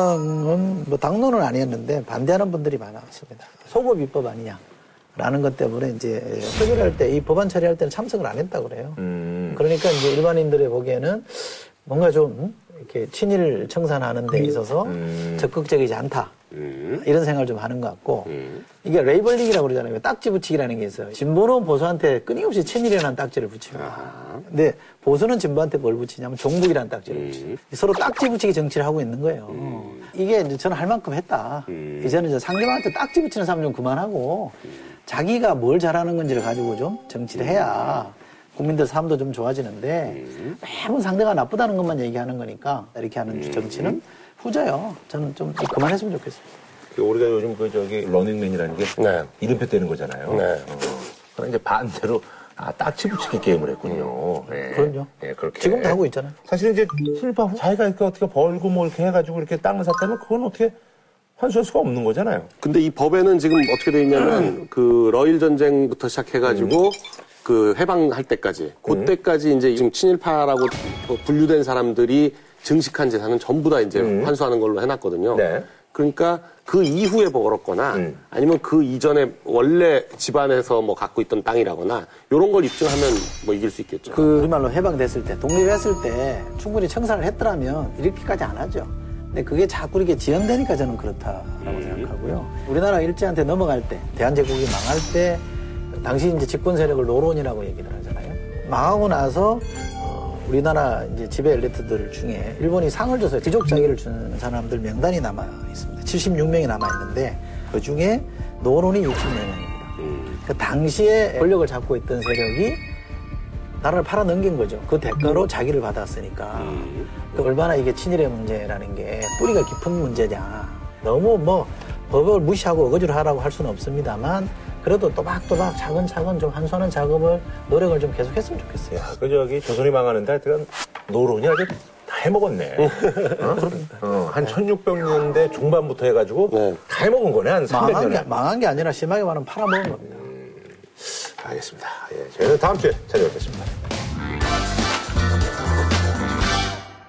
Speaker 3: 새누리당은 뭐 당론은 아니었는데 반대하는 분들이 많았습니다. 소급 입법 아니냐. 라는 것 때문에 이제 협의할 때 이 법안 처리할 때는 참석을 안 했다 그래요.
Speaker 1: 음.
Speaker 3: 그러니까 이제 일반인들의 보기에는 뭔가 좀 이렇게 친일 청산하는 데 있어서 적극적이지 않다. 이런 생각을 좀 하는 것 같고 이게 레이블링이라고 그러잖아요. 딱지 붙이기라는 게 있어요. 진보는 보수한테 끊임없이 친일이라는 딱지를 붙입니다. 근데 보수는 진보한테 뭘 붙이냐면 종북이라는 딱지를 붙이죠. 서로 딱지 붙이기 정치를 하고 있는 거예요. 이게 이제 저는 할 만큼 했다. 이제는 이제 상대방한테 딱지 붙이는 사람 좀 그만하고 자기가 뭘 잘하는 건지를 가지고 좀 정치를 해야 국민들 삶도 좀 좋아지는데 매번 상대가 나쁘다는 것만 얘기하는 거니까 이렇게 하는 정치는 후자요. 저는 좀 그만했으면 좋겠어요.
Speaker 1: 그 우리가 요즘 그 저기 러닝맨이라는 게
Speaker 2: 네.
Speaker 1: 이름표 떼는 거잖아요.
Speaker 2: 네.
Speaker 1: 어. 그럼 이제 반대로 아, 딱지 붙이기 게임을 했군요. 예.
Speaker 3: 그럼요.
Speaker 1: 예, 그렇게.
Speaker 3: 지금도 하고 있잖아요.
Speaker 1: 사실 이제 실파 후 자기가 이렇게 어떻게 벌고 뭐 이렇게 해가지고 이렇게 땅을 샀다면 그건 어떻게 환수할 수가 없는 거잖아요.
Speaker 2: 근데 이 법에는 지금 어떻게 돼
Speaker 1: 음.
Speaker 2: 있냐면 그 러일 전쟁부터 시작해가지고 그 해방할 때까지 그때까지 이제 지금 친일파라고 분류된 사람들이 증식한 재산은 전부 다 이제 환수하는 걸로 해놨거든요.
Speaker 1: 음. 네. 음.
Speaker 2: 그러니까 그 이후에 벌었거나 아니면 그 이전에 원래 집안에서 뭐 갖고 있던 땅이라거나 이런 걸 입증하면 뭐 이길 수 있겠죠.
Speaker 3: 그 우리말로 해방됐을 때 독립했을 때 충분히 청산을 했더라면 이렇게까지 안 하죠. 근데 그게 자꾸 이렇게 지연되니까 저는 그렇다라고 생각하고요. 우리나라 일제한테 넘어갈 때 대한제국이 망할 때 당시 이제 집권 세력을 노론이라고 얘기를 하잖아요. 망하고 나서 어, 우리나라 이제 지배 엘리트들 중에 일본이 상을 줘서 귀족자기를 준 사람들 명단이 남아 있습니다. 76명이 남아 있는데 그 중에 노론이 64명입니다. 그 당시에 권력을 잡고 있던 세력이 나라를 팔아 넘긴 거죠. 그 대가로 자기를 받았으니까. 그 얼마나 이게 친일의 문제라는 게 뿌리가 깊은 문제냐. 너무 뭐 법을 무시하고 어거지로 하라고 할 수는 없습니다만 그래도 또박또박 차근차근 좀 한수하는 작업을 노력을 좀 계속했으면 좋겠어요.
Speaker 1: 그 저기 조선이 망하는데 하여튼 노론이 아주 다 해먹었네. 어? 어, 한 1600년대 중반부터 해가지고 다 해먹은 거네, 한
Speaker 3: 망한
Speaker 1: 300년에.
Speaker 3: 게, 망한 게 아니라 심하게 말하면 팔아먹은 겁니다.
Speaker 1: 알겠습니다. 예, 저희는 다음 주에 찾아뵙겠습니다.